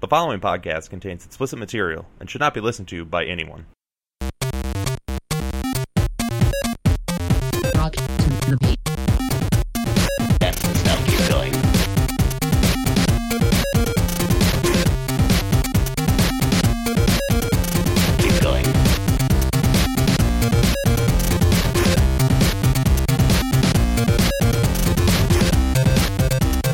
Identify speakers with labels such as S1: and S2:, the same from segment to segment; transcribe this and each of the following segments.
S1: The following podcast contains explicit material and should not be listened to by anyone.
S2: Rock to the beat.
S3: That's the stuff keep going. Keep going.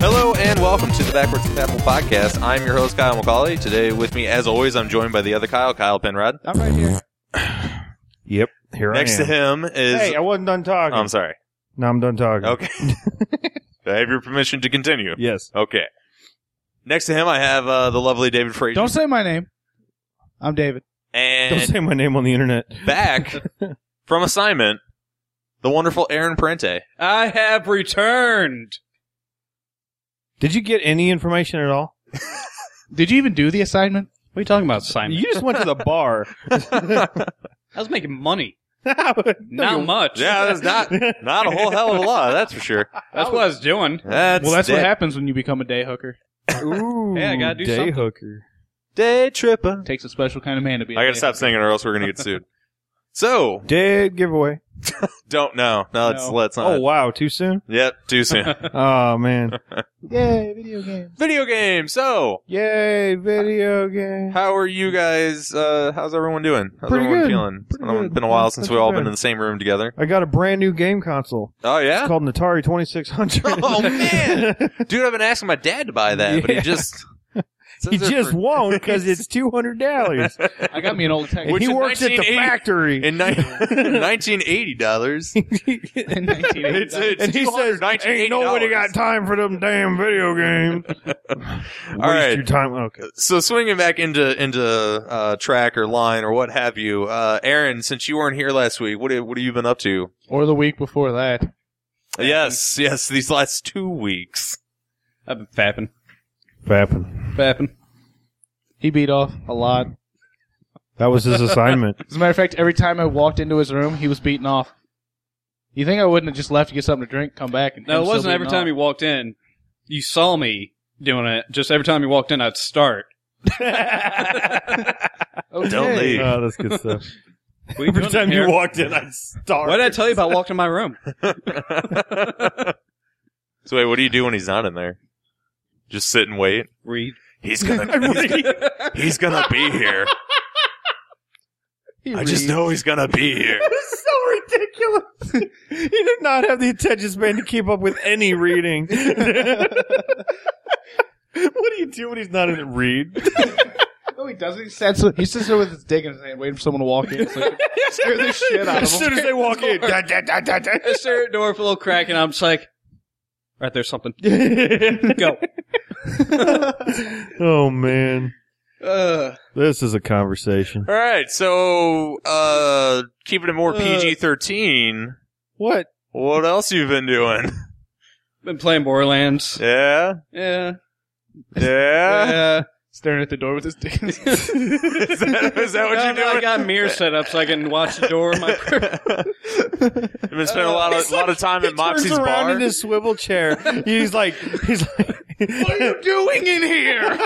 S1: Hello and welcome to the Backwards Compatible Podcast. I'm your host Kyle McCauley. Today with me, as always, I'm joined by the other Kyle, Kyle Penrod.
S4: I'm right here.
S5: Yep. Here
S1: Next
S5: I
S1: to
S5: am.
S1: him is
S4: hey, I wasn't done talking.
S1: I'm sorry.
S4: no, I'm done talking.
S1: Okay. Do I have your permission to continue?
S5: Yes.
S1: Okay. Next to him, I have uh, the lovely David Frazier.
S6: Don't say my name. I'm David.
S4: Don't
S1: and
S4: say my name on the internet.
S1: back from assignment, the wonderful Aaron Prente.
S6: I have returned.
S4: Did you get any information at all?
S6: Did you even do the assignment? What are you talking about assignment?
S4: You just went to the bar.
S6: I was making money.
S4: Not
S6: Not much.
S1: Yeah, that's not not a whole hell of a lot, that's for sure.
S6: That's what I was doing.
S1: That's
S6: well, that's
S1: day,
S6: what happens when you become a day hooker.
S4: Ooh,
S6: Yeah, I gotta do
S4: day
S6: something.
S4: hooker.
S1: Day tripping.
S6: It takes a special kind of man to be. a
S1: I
S6: day
S1: gotta stop singing or else we're gonna get sued. So
S4: Dead giveaway.
S1: don't know. No, let's
S6: No.
S1: let's not.
S4: Oh wow, too soon.
S1: Yep, too soon.
S4: Oh man.
S2: Yay, video game.
S1: Video game. So
S4: Yay, video game.
S1: how are you guys? Uh, how's everyone doing? How's
S4: Pretty
S1: everyone
S4: good.
S1: feeling? It's
S4: Pretty
S1: been, a-
S4: good.
S1: been a while
S4: Not-
S1: since
S4: not
S1: we've
S4: too
S1: all been
S4: bad.
S1: in the same room together.
S4: I got a brand new game console.
S1: Oh
S4: It's
S1: yeah,
S4: called an Atari 2600.
S1: Oh, man. dude. I've been asking my dad to buy that, but he
S4: Yeah.
S1: just says
S4: he
S1: they're
S4: just
S1: for-
S4: won't because it's two hundred dollars.
S6: hooker. I got me an old tech.
S4: and he
S1: in
S4: works at the
S1: 1980
S4: factory.
S1: in nineteen eighty dollars.
S6: in 1980.
S1: It's, it's
S4: and he says, "Ain't nobody got time for them damn video games."
S1: All
S4: All
S1: right.
S4: your time. Okay.
S1: so swinging back into into uh, track or line or what have you, uh, Aaron. Since you weren't here last week, what have- what have you been up to?
S6: or the week before that.
S1: Yes, yes, these last two weeks.
S6: I've been fapping.
S4: Fapping.
S6: Fapping. He beat off a lot.
S4: That was his assignment.
S6: As a matter of fact, every time I walked into his room, he was beating off. You think I wouldn't have just left to get something to drink, come back? And
S7: No, it wasn't every time you walked in. You saw me doing it. Just every time you walked in, I'd start.
S6: Okay.
S1: Don't leave.
S4: Oh, that's good stuff.
S7: What are you doing in here?
S4: walked in, I started.
S7: What did I tell you about walking in my room?
S1: so wait, what do you do when he's not in there? Just sit and wait.
S7: Read.
S1: He's gonna he's, gonna- he's gonna be here.
S6: He
S1: I just
S6: reads.
S1: know he's gonna be here.
S4: so ridiculous. he did not have the attention span to keep up with any reading. what do you do when he's not in the read?
S6: No, he doesn't. He sits, he sits there with his dick in his hand, waiting for someone to walk in. It's like, scare the shit out of
S4: as
S6: him.
S4: soon as they walk in. da, da, da, da, da.
S7: I stare at the door for a little crack, and I'm just like, right there's something. Go.
S4: oh man,
S7: Uh,
S4: this is a conversation.
S1: All right, so uh, keeping it more PG thirteen.
S4: What?
S1: What else you been doing?
S7: been playing Borderlands.
S1: Yeah, Uh,
S7: Yeah.
S1: yeah.
S7: Yeah.
S6: Staring at the door with his dick. in his hand.
S1: is, that, is that what
S4: Oh
S7: No,
S1: you're
S7: no,
S1: doing?
S7: I got a mirror set up so I can watch the door. of My
S1: I've been spending a lot of, lot of time at Moxie's
S4: turns around
S1: bar.
S4: in his swivel chair. He's like, he's like, what are you doing in here?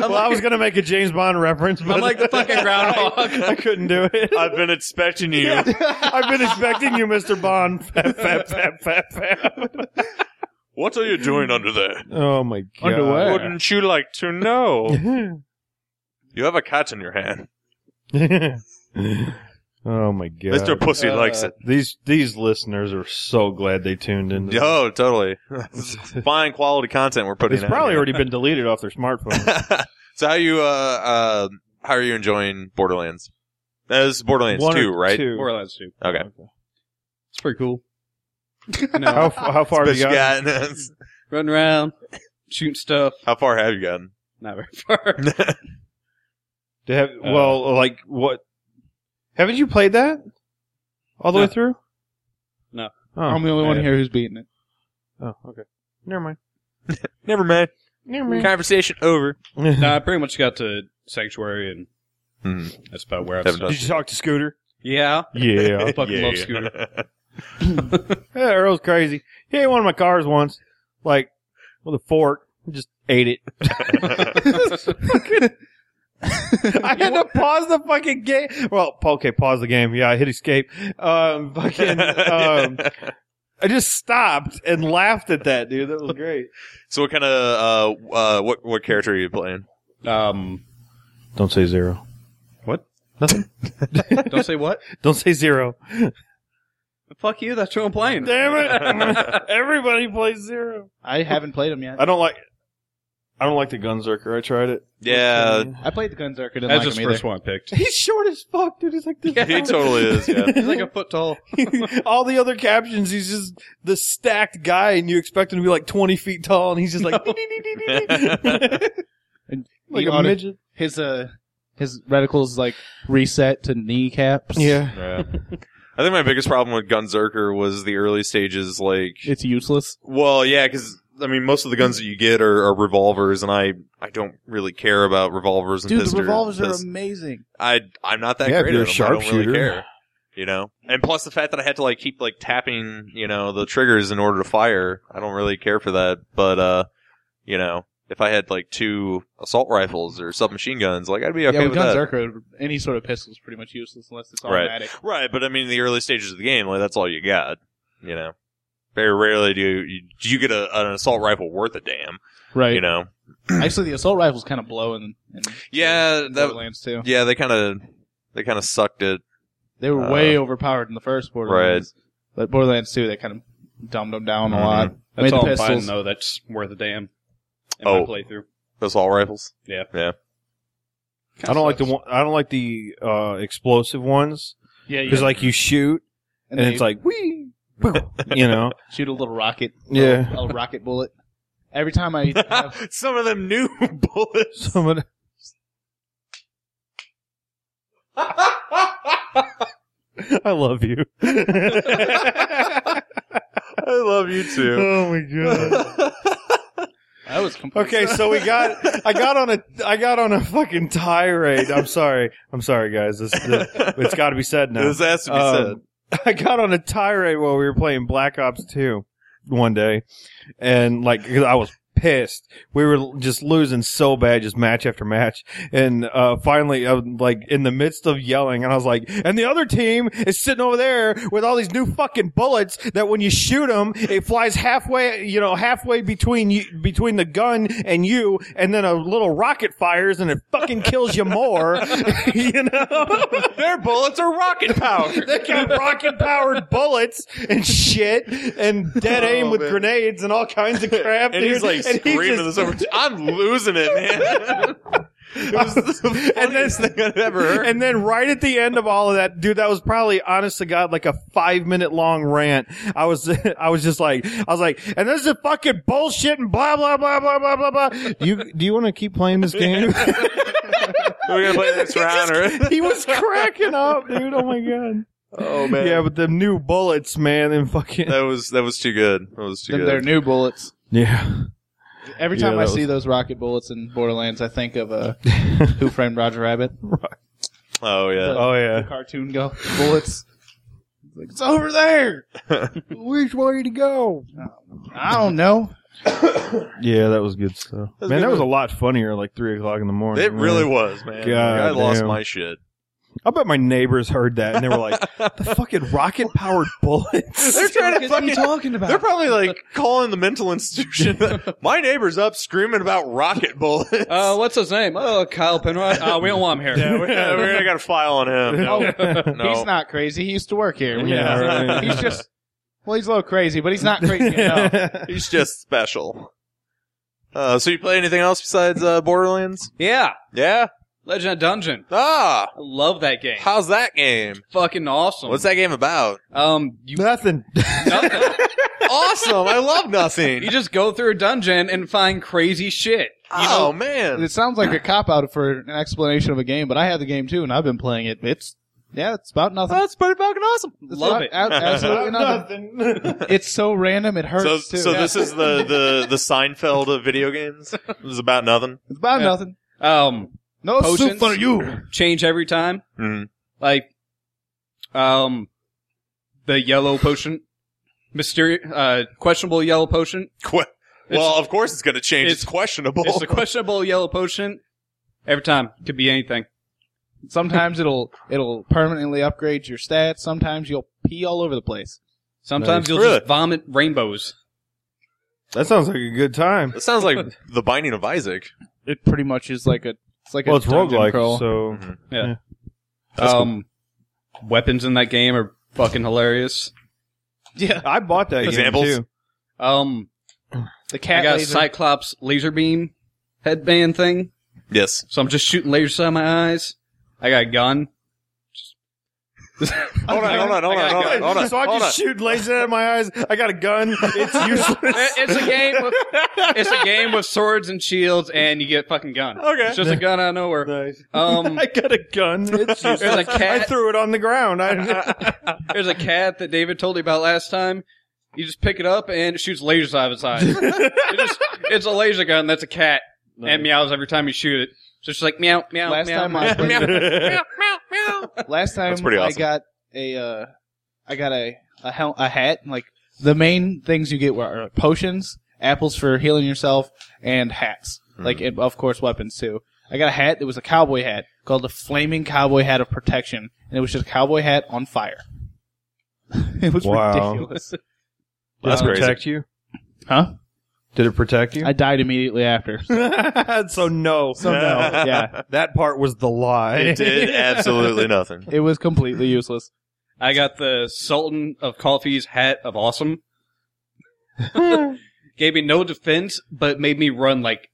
S4: well, I was gonna make a James Bond reference, but
S7: I'm like the fucking groundhog.
S4: I couldn't do it.
S1: I've been expecting you.
S4: I've been expecting you, Mister Bond. Fap, fap, fap, fap, fap.
S1: What are you doing under there?
S4: Oh my god!
S6: Underwear.
S1: Wouldn't you like to know? You have a cat in your hand.
S4: oh my god,
S1: Mr. Pussy likes it.
S4: These these listeners are so glad they tuned in. to
S1: Oh, totally. This is Fine quality content we're putting
S4: It's
S1: out
S4: probably
S1: here.
S4: already been deleted off their smartphone.
S1: so how you uh uh how are you enjoying Borderlands? That was Borderlands
S4: One or
S1: two, right?
S4: two.
S7: Borderlands 2.
S1: Okay.
S7: It's pretty cool.
S4: How f- how far have
S1: But
S4: you
S1: you
S4: got?
S1: gotten-
S7: Running around, shooting stuff.
S1: how far have you gotten?
S7: Not very far.
S4: To have, well, like what? Haven't you played that all the
S7: No.
S4: way through?
S7: No.
S4: Oh,
S6: I'm the only one here who's beating it.
S4: oh, okay. Never mind.
S1: Never mind.
S4: Never mind.
S1: Conversation over.
S7: No, I pretty much got to Sanctuary, and that's about where I've
S1: Haven't
S7: stopped.
S1: done
S4: Did you talk to Scooter?
S7: Yeah.
S4: Yeah.
S7: I fucking
S1: Yeah,
S7: love
S1: yeah.
S7: Scooter.
S4: Earl's crazy. He ate one of my cars once, like with a fork. He Just
S8: Ate it.
S4: I had to pause the fucking game. Well, okay, pause the game. Yeah, I hit escape. Um, fucking, um, I just stopped and laughed at that, dude. That was great.
S1: So what kind of uh, uh what what character are you playing?
S7: Um,
S8: Don't say zero.
S4: Nothing.
S7: don't say what?
S4: Don't say zero.
S7: Fuck you. That's who I'm playing.
S4: Damn it! Everybody plays zero.
S6: I haven't played him yet.
S8: I don't like. I don't like the Gunzerker. I tried it.
S1: Yeah,
S6: I played the Gunzerker. Didn't
S7: That's
S6: like
S7: his
S6: him
S7: first
S6: either.
S7: one I picked.
S4: He's short as fuck, dude. He's like this.
S7: Yeah,
S1: he totally is. Yeah.
S7: He's like a foot tall.
S4: All the other captions, he's just the stacked guy, and you expect him to be like twenty feet tall, and he's just like,
S6: And
S4: like
S6: he
S4: a
S6: auto-
S4: midget.
S6: His uh, his reticles like reset to kneecaps.
S1: Yeah. I think my biggest problem with Gunzerker was the early stages. Like,
S6: it's useless.
S1: well, yeah, because I mean, most of the guns that you get are, are revolvers, and I I don't really care about revolvers and
S6: Dude, the
S1: pistol-
S6: revolvers are
S1: pis-
S6: amazing.
S1: I I'm not that
S8: Yeah, if
S1: great
S8: you're
S1: at
S8: a
S1: them. I don't really
S8: sharpshooter.
S1: care. You know, and plus the fact that I had to like keep like tapping, you know, the triggers in order to fire. I don't really care for that. But uh, you know, if I had like two assault rifles or submachine guns, like I'd be okay
S6: yeah, with
S1: with that.
S6: Gunzerker, any sort of pistol is pretty much useless unless it's
S1: Right.
S6: automatic.
S1: Right, but I mean, in the early stages of the game, like that's all you got. You know, very rarely do you, do you get a, an assault rifle worth a damn.
S6: Right.
S1: You know,
S6: Actually, the assault rifles kind of blow in, in
S1: yeah, that
S6: Borderlands too.
S1: yeah, they kind of they kind of sucked it.
S6: They were
S1: Uh,
S6: way overpowered in the first Borderlands. But Borderlands 2, they kind of dumbed them down
S1: Mm-hmm.
S6: a lot.
S7: That's
S6: Made
S7: all
S6: the
S7: I'm buying,
S6: pistols.
S7: though. That's worth a damn. In
S1: Oh.
S7: my playthrough.
S1: Assault rifles.
S8: I don't like the one. I don't like the uh, explosive ones
S6: Yeah, yeah.
S8: because like you shoot
S6: and,
S8: and,
S6: they
S8: it's like wee, you know.
S6: shoot a little rocket.
S8: Yeah.
S6: A, a rocket bullet. Every time I have,
S1: Some of them new bullets.
S8: Some of the-
S4: I love you.
S1: I love you too.
S4: Oh my god.
S6: I was compl-
S4: Okay, so we got I got on a I got on a fucking tirade. I'm sorry. I'm sorry guys. This, this it's got to be said now.
S1: This has to be said.
S4: Um, I got on a tirade while we were playing Black Ops 2 one day and like 'cause I was pissed. We were just losing so bad just match after match and uh finally I was like in the midst of yelling and I was like and the other team is sitting over there with all these new fucking bullets that when you shoot them it flies halfway you know halfway between you between the gun and you and then a little rocket fires and it fucking kills you more you know
S1: Their bullets are rocket powered.
S4: they got rocket powered bullets and shit and dead aim with grenades and all kinds of crap.
S1: Oh, And he's
S4: dude.
S1: like
S4: And he
S1: screaming
S4: just-
S1: this over. I'm losing it, man. it was the
S4: And then-
S1: funniest thing I've ever heard.
S4: And then right at the end of all of that, dude, that was probably honest to God like a five minute long rant. I was, I was just like, I was like, and this is fucking bullshit and blah blah blah blah blah blah blah. Do you do you want to keep playing this game?
S1: We're gonna play this round, or
S4: he was cracking up, dude. Oh my god.
S1: oh
S4: Yeah, but the new bullets, man, and fucking
S1: that was that was too good. That was too
S6: them- They're
S1: good.
S6: new bullets.
S4: yeah.
S6: Every
S4: Yeah,
S6: time I
S4: that
S6: see those rocket bullets in Borderlands, I think of uh, Who Framed Roger Rabbit.
S1: Oh yeah,
S4: Oh
S6: The
S4: yeah.
S6: cartoon go bullets. It's like, it's over there.
S4: Which way to go?
S6: I don't know.
S8: yeah, that was good stuff.
S1: That's
S8: man,
S1: good
S8: that was
S1: to-
S8: a lot funnier. Like three o'clock in the morning.
S1: it really
S8: man.
S1: was, man.
S8: God
S1: Like, I lost
S8: damn.
S1: my shit.
S8: I bet my neighbors heard that and they were like, "The fucking rocket powered bullets."
S1: They're trying to
S6: What are you
S1: fucking.
S6: talking
S1: They're
S6: about?
S1: probably like calling the mental institution. my neighbor's up screaming about rocket bullets.
S7: Uh, what's his name? Oh, Kyle Penrod. Uh, we don't want him
S1: yeah,
S7: here.
S1: we're, we're gonna got a file on him. No, no.
S6: He's not crazy. He used to work here. We-
S8: Yeah, right.
S6: He's just well, he's a little crazy, but he's not crazy enough.
S1: He's just special. Uh, so you play anything else besides uh, Borderlands?
S7: yeah.
S1: Yeah.
S7: Legend of Dungeon.
S1: Ah,
S7: I love that game.
S1: how's that game?
S7: Fucking awesome.
S1: What's that game about?
S7: Um, you
S4: Nothing.
S7: nothing.
S1: awesome. I love nothing.
S7: You just go through a dungeon and find crazy shit. You
S1: oh
S7: know,
S1: man.
S6: It sounds like a cop out for an explanation of a game, but I have the game too, and I've been playing it. It's yeah, it's about nothing.
S1: That's pretty fucking awesome.
S6: It's
S7: love
S6: not-
S7: it.
S6: a- absolutely nothing. It's so random. It hurts
S1: So,
S6: too.
S1: so this is the, the, the Seinfeld of video games. It was about nothing.
S6: it's about
S7: Yeah.
S6: nothing.
S7: um,
S6: No
S7: Potions?
S6: soup for you.
S7: change every time.
S1: Mm.
S7: Like, um, the yellow potion, mysterious, uh, questionable yellow potion.
S1: Que- well, of course it's going to change. It's,
S7: it's-
S1: questionable.
S7: It's a questionable yellow potion. Every time, could be anything.
S6: Sometimes it'll it'll permanently upgrade your stats. Sometimes you'll pee all over the place.
S7: Sometimes
S1: Nice.
S7: you'll
S1: Really?
S7: just vomit rainbows.
S4: That sounds like a good time.
S1: That sounds like the Binding of Isaac.
S6: It pretty much is like a it's like
S4: Well,
S6: a
S4: it's
S6: dungeon
S4: roguelike,
S6: crawl.
S4: so
S7: Um, weapons in that game are fucking hilarious.
S6: yeah,
S4: I bought that
S1: Examples?
S4: game too.
S7: Um,
S6: the
S7: I
S6: cat
S7: got a
S6: laser.
S7: Cyclops laser beam headband thing,
S1: Yes.
S7: so I'm just shooting lasers out of my eyes. I got a gun.
S1: Hold on, hold on, hold on, hold on, hold on.
S4: so I
S1: hold on.
S4: just shoot lasers out of my eyes. I got a gun. It's useless.
S7: It- It's a game. With, it's a game with swords and shields, and you get a fucking gun.
S4: Okay.
S7: it's just a gun out of nowhere.
S4: Nice.
S7: Um,
S4: I got a gun. It's
S7: There's
S4: useless.
S7: a
S4: I
S7: cat.
S4: threw it on the ground. I,
S7: There's a cat that David told you about last time. You just pick it up and it shoots lasers out of its eyes. It just- it's a laser gun. That's a cat and meows every time you shoot it. So it's like meow, meow,
S6: Last
S7: meow,
S6: time
S7: meow,
S6: I
S7: meow,
S6: played-
S7: meow, meow, meow.
S6: Last time
S1: That's pretty
S6: I
S1: awesome.
S6: got a uh, I got a a, hel- a hat. Like the main things you get were are potions, apples for healing yourself, and hats.
S4: Hmm.
S6: Like and of course weapons too. I got a hat that was a cowboy hat called the Flaming Cowboy Hat of Protection, and it was just a cowboy hat on fire. it was
S4: Wow.
S6: ridiculous.
S1: That's
S4: Did it
S1: crazy.
S4: protect you?
S6: Huh?
S4: Did it protect you?
S6: I died immediately after.
S4: so no.
S6: So no, yeah,
S4: That part was the lie.
S1: It did absolutely nothing.
S6: it was completely useless.
S7: I got the Sultan of Coffee's hat of awesome. Gave me no defense, but made me run like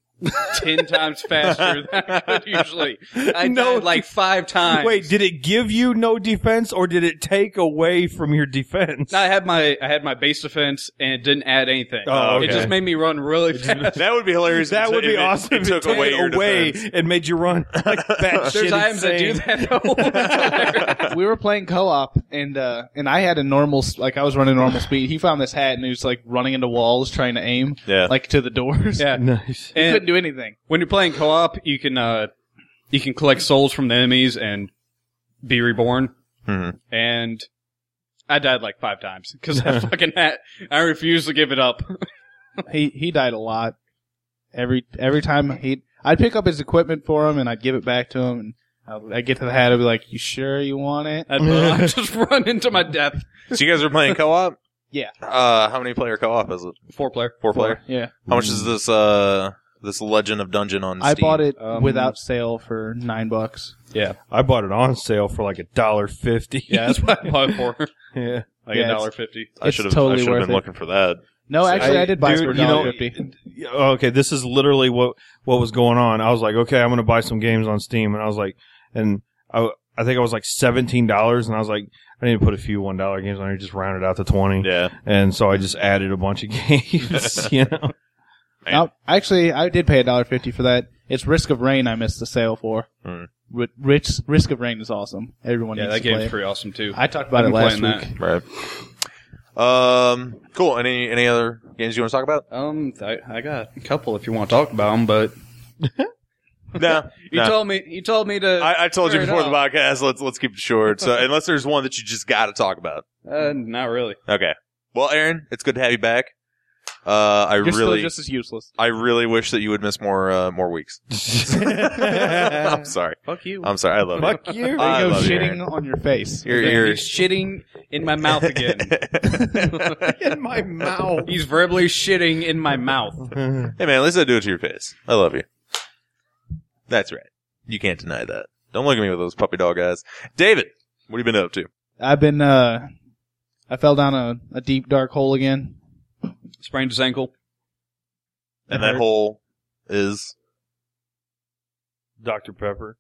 S7: ten times faster than I could usually. I
S4: No
S7: died like five times.
S4: Wait, did it give you no defense or did it take away from your defense?
S7: No, I had my I had my base defense and it didn't add anything.
S4: Oh,
S7: It
S4: okay.
S7: just made me run really fast.
S1: That would be hilarious.
S4: that
S1: if
S4: would
S1: it-
S4: be
S1: if it-
S4: awesome
S1: It,
S4: if
S1: took away your
S4: away
S1: defense.
S4: and made you run like that
S7: There's
S4: shit
S7: times that do
S4: insane.
S7: that. all the time.
S6: we were playing co-op and uh and I had a normal s- like I was running normal speed. He found this hat and he was like running into walls trying to aim
S1: Yeah.
S6: like to the doors.
S7: yeah,
S4: Nice.
S6: He couldn't
S7: and
S6: do anything.
S7: when you're playing co-op, you can uh, you can collect souls from the enemies and be reborn.
S1: Mhm.
S7: And I died like five times because I fucking had, I refused to give it up.
S6: He he died a lot. Every every time he I'd pick up his equipment for him and I'd give it back to him and I'd, I'd get to the hat and be like, "You sure you want it?"
S7: I'd, I'd just run into my death.
S1: So you guys are playing co-op?
S6: Yeah.
S1: Uh, how many player co-op is it?
S7: Four player.
S1: Four player.
S6: Yeah,
S1: How much is this? Uh, this Legend of Dungeon on
S6: I
S1: Steam?
S6: bought it
S7: Um,
S6: without sale for nine bucks.
S4: I bought it on sale for like a dollar fifty.
S7: Yeah, that's what I bought it for.
S4: yeah.
S7: Like a
S6: Yeah, it's-
S7: dollar fifty.
S1: I
S6: it's
S1: should have.
S6: totally
S1: I should have
S6: worth
S1: been
S6: it.
S1: looking for that.
S6: No, actually, I, did buy it
S4: dude,
S6: for
S4: you know-
S6: $1.50.
S4: Yeah, Oh, okay, this is literally what what was going on. I was like, okay, I'm gonna buy some games on Steam, and I was like, and I I think I was like seventeen dollars, and I was like, I need to put a few one dollar games on here, just round it out to twenty,
S1: Yeah.
S4: and so I just added a bunch of games. you know,
S1: Man.
S6: Uh, actually, I did pay a dollar fifty for that. It's Risk of Rain. I missed the sale for.
S1: Hmm.
S6: Ri- Rich Risk of Rain is awesome. Everyone
S7: Yeah,
S6: needs
S7: that
S6: to play.
S7: game's
S6: it.
S7: pretty awesome too.
S6: I talked about
S7: I've
S6: it
S7: been
S6: last
S7: playing
S6: week.
S1: Right. Um. Cool. Any any other games you want to talk about?
S7: Um, I, I got a couple if you want to talk about them, but
S1: No.
S7: you
S1: no.
S7: told me you told me to.
S1: I, I told you
S7: Fair
S1: before the
S7: enough.
S1: podcast. Let's let's keep it short. So unless there's one that you just got to talk about.
S7: uh, not really.
S1: Okay. Well, Aaron, it's good to have you back. Uh, I
S6: You're still
S1: really,
S6: just as useless.
S1: I really wish that you would miss more uh, more weeks. I'm sorry.
S7: Fuck you.
S1: I'm sorry. I love you.
S4: fuck you.
S1: I
S6: There you go,
S1: love you,
S6: shitting
S1: Aaron.
S6: on your face.
S1: You're, you're,
S7: shitting in my mouth again.
S4: In my mouth.
S7: He's verbally shitting in my mouth.
S1: Hey man, at least I do it to your face. I love you. That's right. You can't deny that. Don't look at me with those puppy dog eyes. David, what have you been up to?
S6: I've been. uh I fell down a, a deep dark hole again.
S7: Sprained his ankle.
S1: And that hole is
S4: Dr. Pepper.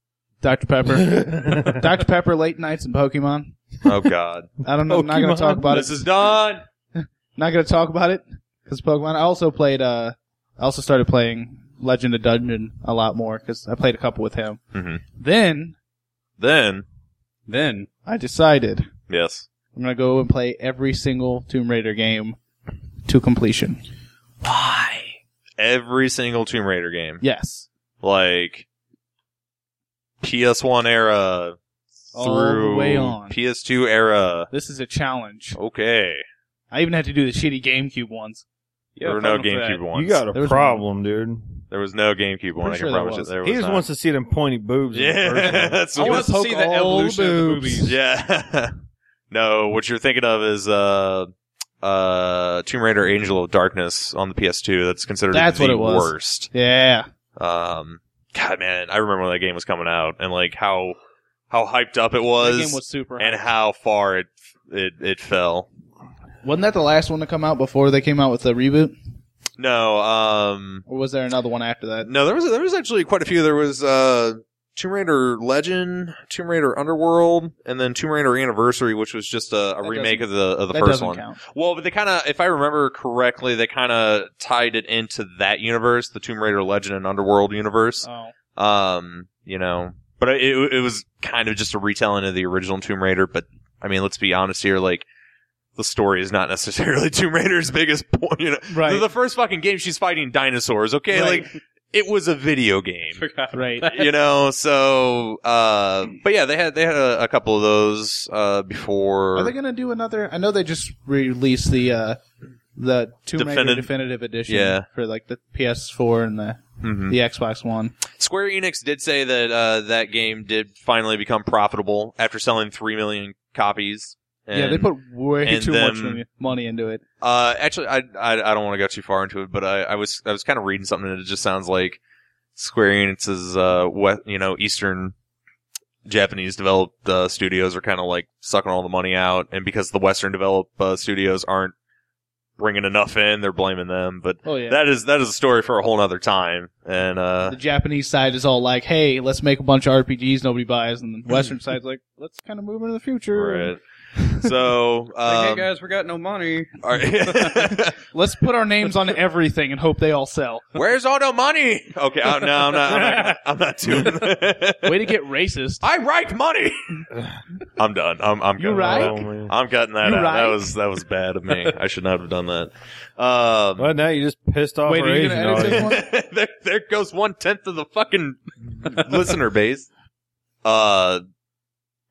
S6: Dr Pepper. Dr Pepper. Late nights and Pokemon.
S1: oh god.
S6: I don't know. I'm not going
S4: Pokemon.
S6: to talk about it.
S1: this is done.
S6: Not going to talk about it because Pokemon. I also played. uh I also started playing Legend of Dungeon a lot more because I played a couple with him.
S1: Mhm.
S6: Then
S1: Then
S7: Then
S6: I decided
S1: yes,
S6: I'm gonna go and play every single Tomb Raider game to completion.
S1: every single Tomb Raider game,
S6: Yes,
S1: like PS1 era
S6: All the
S1: through
S6: way on.
S1: PS2 era.
S6: this is a challenge.
S1: Okay.
S6: I even had to do the shitty GameCube ones.
S7: Yeah,
S1: there were no
S7: fuck with that.
S1: GameCube ones.
S9: You got a
S6: There was
S9: problem, dude.
S1: there was no GameCube one. I
S6: Pretty
S1: can
S6: sure there
S1: promise you
S6: was.
S1: there was.
S9: He just
S1: not.
S9: wants to see them pointy boobs. in
S1: Yeah,
S9: person.
S1: that's
S7: I
S1: what-
S7: want to
S6: poke
S7: see the
S6: all
S7: evolution of the
S6: boobs.
S7: boobies.
S1: Yeah. no, what you're thinking of is uh uh Tomb Raider Angel of Darkness on the PS2. That's considered
S6: That's
S1: the
S6: what it was.
S1: worst.
S6: Yeah.
S1: Um God man, I remember when that game was coming out and like how how hyped up it
S6: That
S1: was,
S6: game was super.
S1: and
S6: hot.
S1: how far it it it fell.
S6: Wasn't that the last one to come out before they came out with the reboot?
S1: No, um
S6: Or was there another one after that?
S1: no, there was there was actually quite a few. There was uh Tomb Raider Legend, Tomb Raider Underworld, and then Tomb Raider Anniversary, which was just a, a
S6: That
S1: remake of the of the
S6: that
S1: first
S6: doesn't
S1: one.
S6: count.
S1: Well, but they kind of, if I remember correctly, they kind of tied it into that universe, the Tomb Raider Legend and Underworld universe.
S6: Oh.
S1: Um, you know, but it, it was kind of just a retelling of the original Tomb Raider. But I mean, let's be honest here, like the story is not necessarily Tomb Raider's biggest point. You know,
S6: Right.
S1: the, the first fucking game she's fighting dinosaurs. Okay,
S6: Right.
S1: like it was a video game
S7: Forgot.
S6: Right.
S1: you know so uh but yeah they had they had a, a couple of those uh before
S6: Are they going to do another? I know they just released the uh, the Tomb Raider
S1: Definitive-
S6: definitive edition
S1: Yeah.
S6: for like the PS4 and the
S1: Mhm.
S6: the Xbox One.
S1: Square Enix did say that uh, that game did finally become profitable after selling three million copies. And,
S6: yeah, they put way
S1: and
S6: too
S1: them-
S6: much money into it.
S1: Uh, actually, I I, I don't want to go too far into it, but I, I was I was kind of reading something, and it just sounds like Square Enix's uh west, you know Eastern Japanese developed uh, studios are kind of like sucking all the money out, and because the Western developed uh, studios aren't bringing enough in, they're blaming them. But
S6: Oh yeah.
S1: that is that is a story for a whole nother time, and uh,
S6: the Japanese side is all like, "Hey, let's make a bunch of RPGs nobody buys," and the Western side's like, "Let's kind of move into the future.
S1: Right. So,
S7: Like, hey
S1: um,
S7: guys, we got no money.
S1: all right.
S6: Let's put our names on everything and hope they all sell."
S1: where's all the money? Okay, uh, no, I'm not. I'm not, gonna- I'm not doing.
S6: Way to get racist.
S1: I write money. I'm done. I'm. I'm cutting
S6: You write?
S1: that
S4: Oh,
S1: out.
S4: man.
S1: I'm cutting that
S6: You
S1: out. That
S6: write?
S1: was that was bad of me. I should not have done that. Um,
S4: Well, now you just pissed off
S6: Wait,
S4: our
S6: are you
S4: Asian
S6: gonna edit this
S4: audience.
S6: one?
S1: there, there goes one tenth of the fucking listener base. Uh,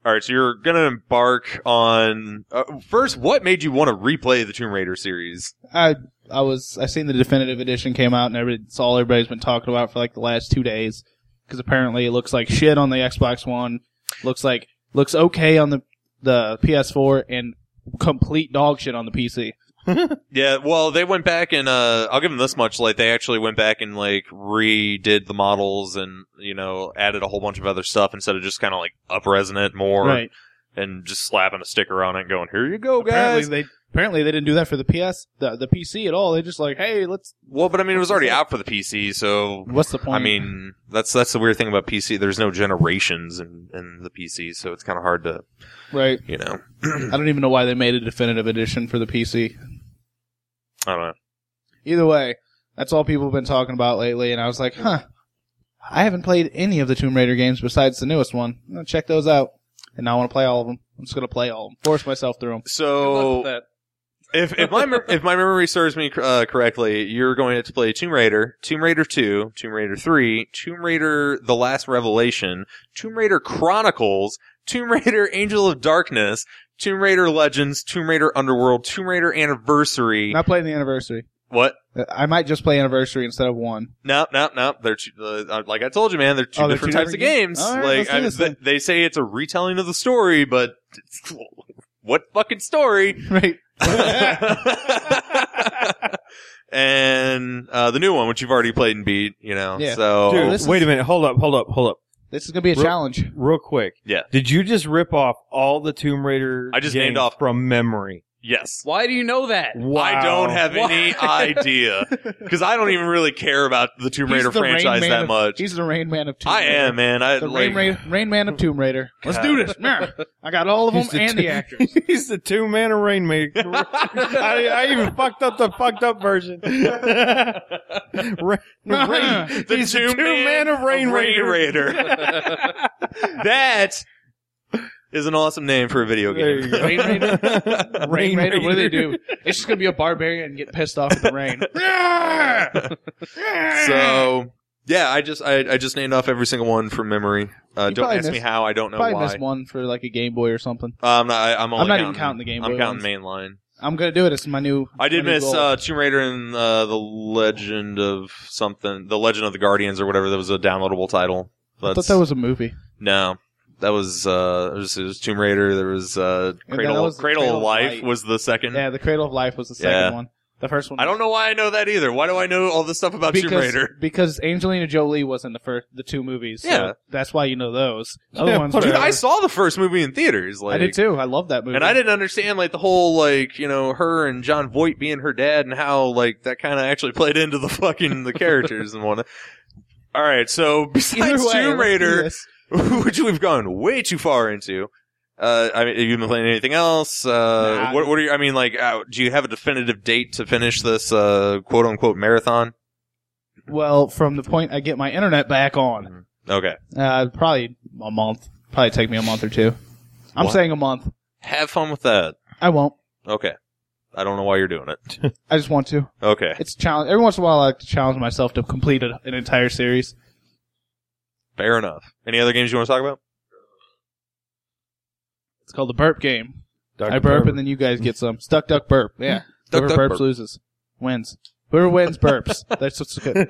S1: all right. So you're gonna embark on uh, first. What made you want to replay the Tomb Raider series?
S6: I I was I seen the definitive edition came out and every, it's all everybody's been talking about for like the last two days because apparently it looks like shit on the Xbox One, looks like looks okay on the the PS4 and complete dog shit on the PC.
S1: Yeah, well, they went back and uh, I'll give them this much. Like, they actually went back and like redid the models and you know added a whole bunch of other stuff instead of just kind of like upresing it more
S6: right?
S1: and just slapping a sticker on it and going, "Here you go,
S6: Apparently
S1: guys."
S6: they apparently they didn't do that for the PS the the PC at all. They just like hey let's
S1: Well, but I mean, it was already out for the PC, so
S6: what's the point?
S1: I mean, that's that's the weird thing about PC. There's no generations in in the PC, so it's kind of hard to
S6: right?
S1: you know.
S6: I don't even know why they made a definitive edition for the PC.
S1: I don't know.
S6: Either way, that's all people have been talking about lately, and I was like, huh. I haven't played any of the Tomb Raider games besides the newest one. I'm gonna check those out, and now I want to play all of them. I'm just gonna play all of them, force myself through them.
S1: So
S7: Good luck with
S1: if if my mem- if my memory serves me uh, correctly, you're going to have to play Tomb Raider, Tomb Raider Two, Tomb Raider Three, Tomb Raider: The Last Revelation, Tomb Raider Chronicles, Tomb Raider: Angel of Darkness, Tomb Raider Legends, Tomb Raider Underworld, Tomb Raider Anniversary.
S6: Not playing the anniversary.
S1: What?
S6: Uh, I might just play anniversary instead of one.
S1: No, no, no. They're two, uh, like I told you, man. They're two
S6: Oh, they're
S1: different
S6: two
S1: types
S6: different
S1: of games.
S6: ga- All right,
S1: like
S6: let's do
S1: I-
S6: this
S1: th-
S6: then.
S1: they say, it's a retelling of the story, but it's- what fucking story?
S6: Right.
S1: and uh, the new one, which you've already played and beat, you know.
S6: Yeah.
S1: So
S9: Dude,
S6: Oh, this
S9: wait a minute. Hold up. Hold up. Hold up.
S6: This is gonna be a
S9: Real-
S6: challenge.
S9: Real quick.
S1: Yeah.
S9: Did you just rip off all the Tomb Raider?
S1: I just
S9: games
S1: named off-
S9: from memory.
S1: yes.
S7: that. Why do you know that?
S9: Wow.
S1: I don't have
S7: Why?
S1: any idea because I don't even really care about the Tomb
S6: He's
S1: Raider
S6: the Rain
S1: franchise
S6: Man
S1: that
S6: of-
S1: much.
S6: He's the Rain Man of Tomb
S1: I
S6: Raider.
S1: am, man. I
S6: The
S1: like.
S6: Rain, Ra- Rain Man of Tomb Raider. Let's do this. Meh. I got all of them
S9: He's the
S6: and
S9: two-
S6: the actors.
S9: He's the two man of Rainmaker. I, I even fucked up the fucked up version. Ra- Rain-
S1: the
S9: he's the
S1: Tomb
S9: two man of Rain Raider.
S1: that is an awesome name for a video
S9: There you
S1: game.
S9: go.
S6: Rain Raider?
S9: Rain
S6: Rain Raider, what do they
S9: Raider.
S6: do? It's just gonna be a barbarian and get pissed off at the rain.
S1: So yeah, I just I, I just named off every single one from memory. Uh, don't
S6: You probably
S1: ask me
S6: missed-
S1: how. I don't know
S6: Probably
S1: why.
S6: missed one for like a Game Boy or something.
S1: Um, I, I'm, only
S6: not even counting the Game
S1: I'm
S6: Boy
S1: counting mainline.
S6: I'm gonna do it. It's my new.
S1: I did
S6: my new
S1: miss
S6: goal.
S1: uh, Tomb Raider and uh, the Legend of something, the Legend of the Guardians or whatever. That was a downloadable title.
S6: I
S1: That's,
S6: thought that was a movie.
S1: no, that was uh, it was, it was Tomb Raider. There was uh,
S6: that
S1: Cradle,
S6: was
S1: Cradle,
S6: Cradle
S1: of
S6: of
S1: Life
S6: Light.
S1: was the second.
S6: Yeah, the Cradle of Life was the second
S1: Mm. Yeah.
S6: one. The first one.
S1: I don't know why I know that either. Why do I know all this stuff about
S6: because,
S1: Tomb Raider?
S6: because Angelina Jolie was in the first the two movies. So
S1: Yeah.
S6: that's why you know those. Other
S4: Yeah,
S6: ones,
S4: but
S1: Dude,
S6: were-
S1: I saw the first movie in theaters. Like,
S6: I did too. I love that movie.
S1: And I didn't understand like the whole like you know her and John Voight being her dad and how like that kind of actually played into the fucking the characters and whatnot. All right, so
S6: Either
S1: besides
S6: way,
S1: Tomb
S6: let's do
S1: Raider,
S6: this.
S1: which we've gone way too far into. Uh, I mean, have you been playing anything else? Uh,
S6: Nah.
S1: what, what are you, I mean, like, uh, do you have a definitive date to finish this, uh, quote unquote marathon?
S6: Well, from the point I get my internet back on,
S1: Okay.
S6: uh, probably a month. Probably take me a month or two. I'm
S1: What?
S6: saying a month.
S1: Have fun with that.
S6: I won't.
S1: Okay. I don't know why you're doing it.
S6: I just want to.
S1: Okay.
S6: It's a challenge. Every once in a while, I like to challenge myself to complete a, an entire series.
S1: Fair enough. Any other games you want to talk about?
S6: It's called the burp game.
S4: Dr.
S6: I burp,
S4: Pepper.
S6: and then you guys get some. Stuck, duck, burp. Yeah.
S1: Duck,
S6: Whoever
S1: duck,
S6: burps
S1: burp.
S6: loses, wins. Whoever wins burps. That's what's good.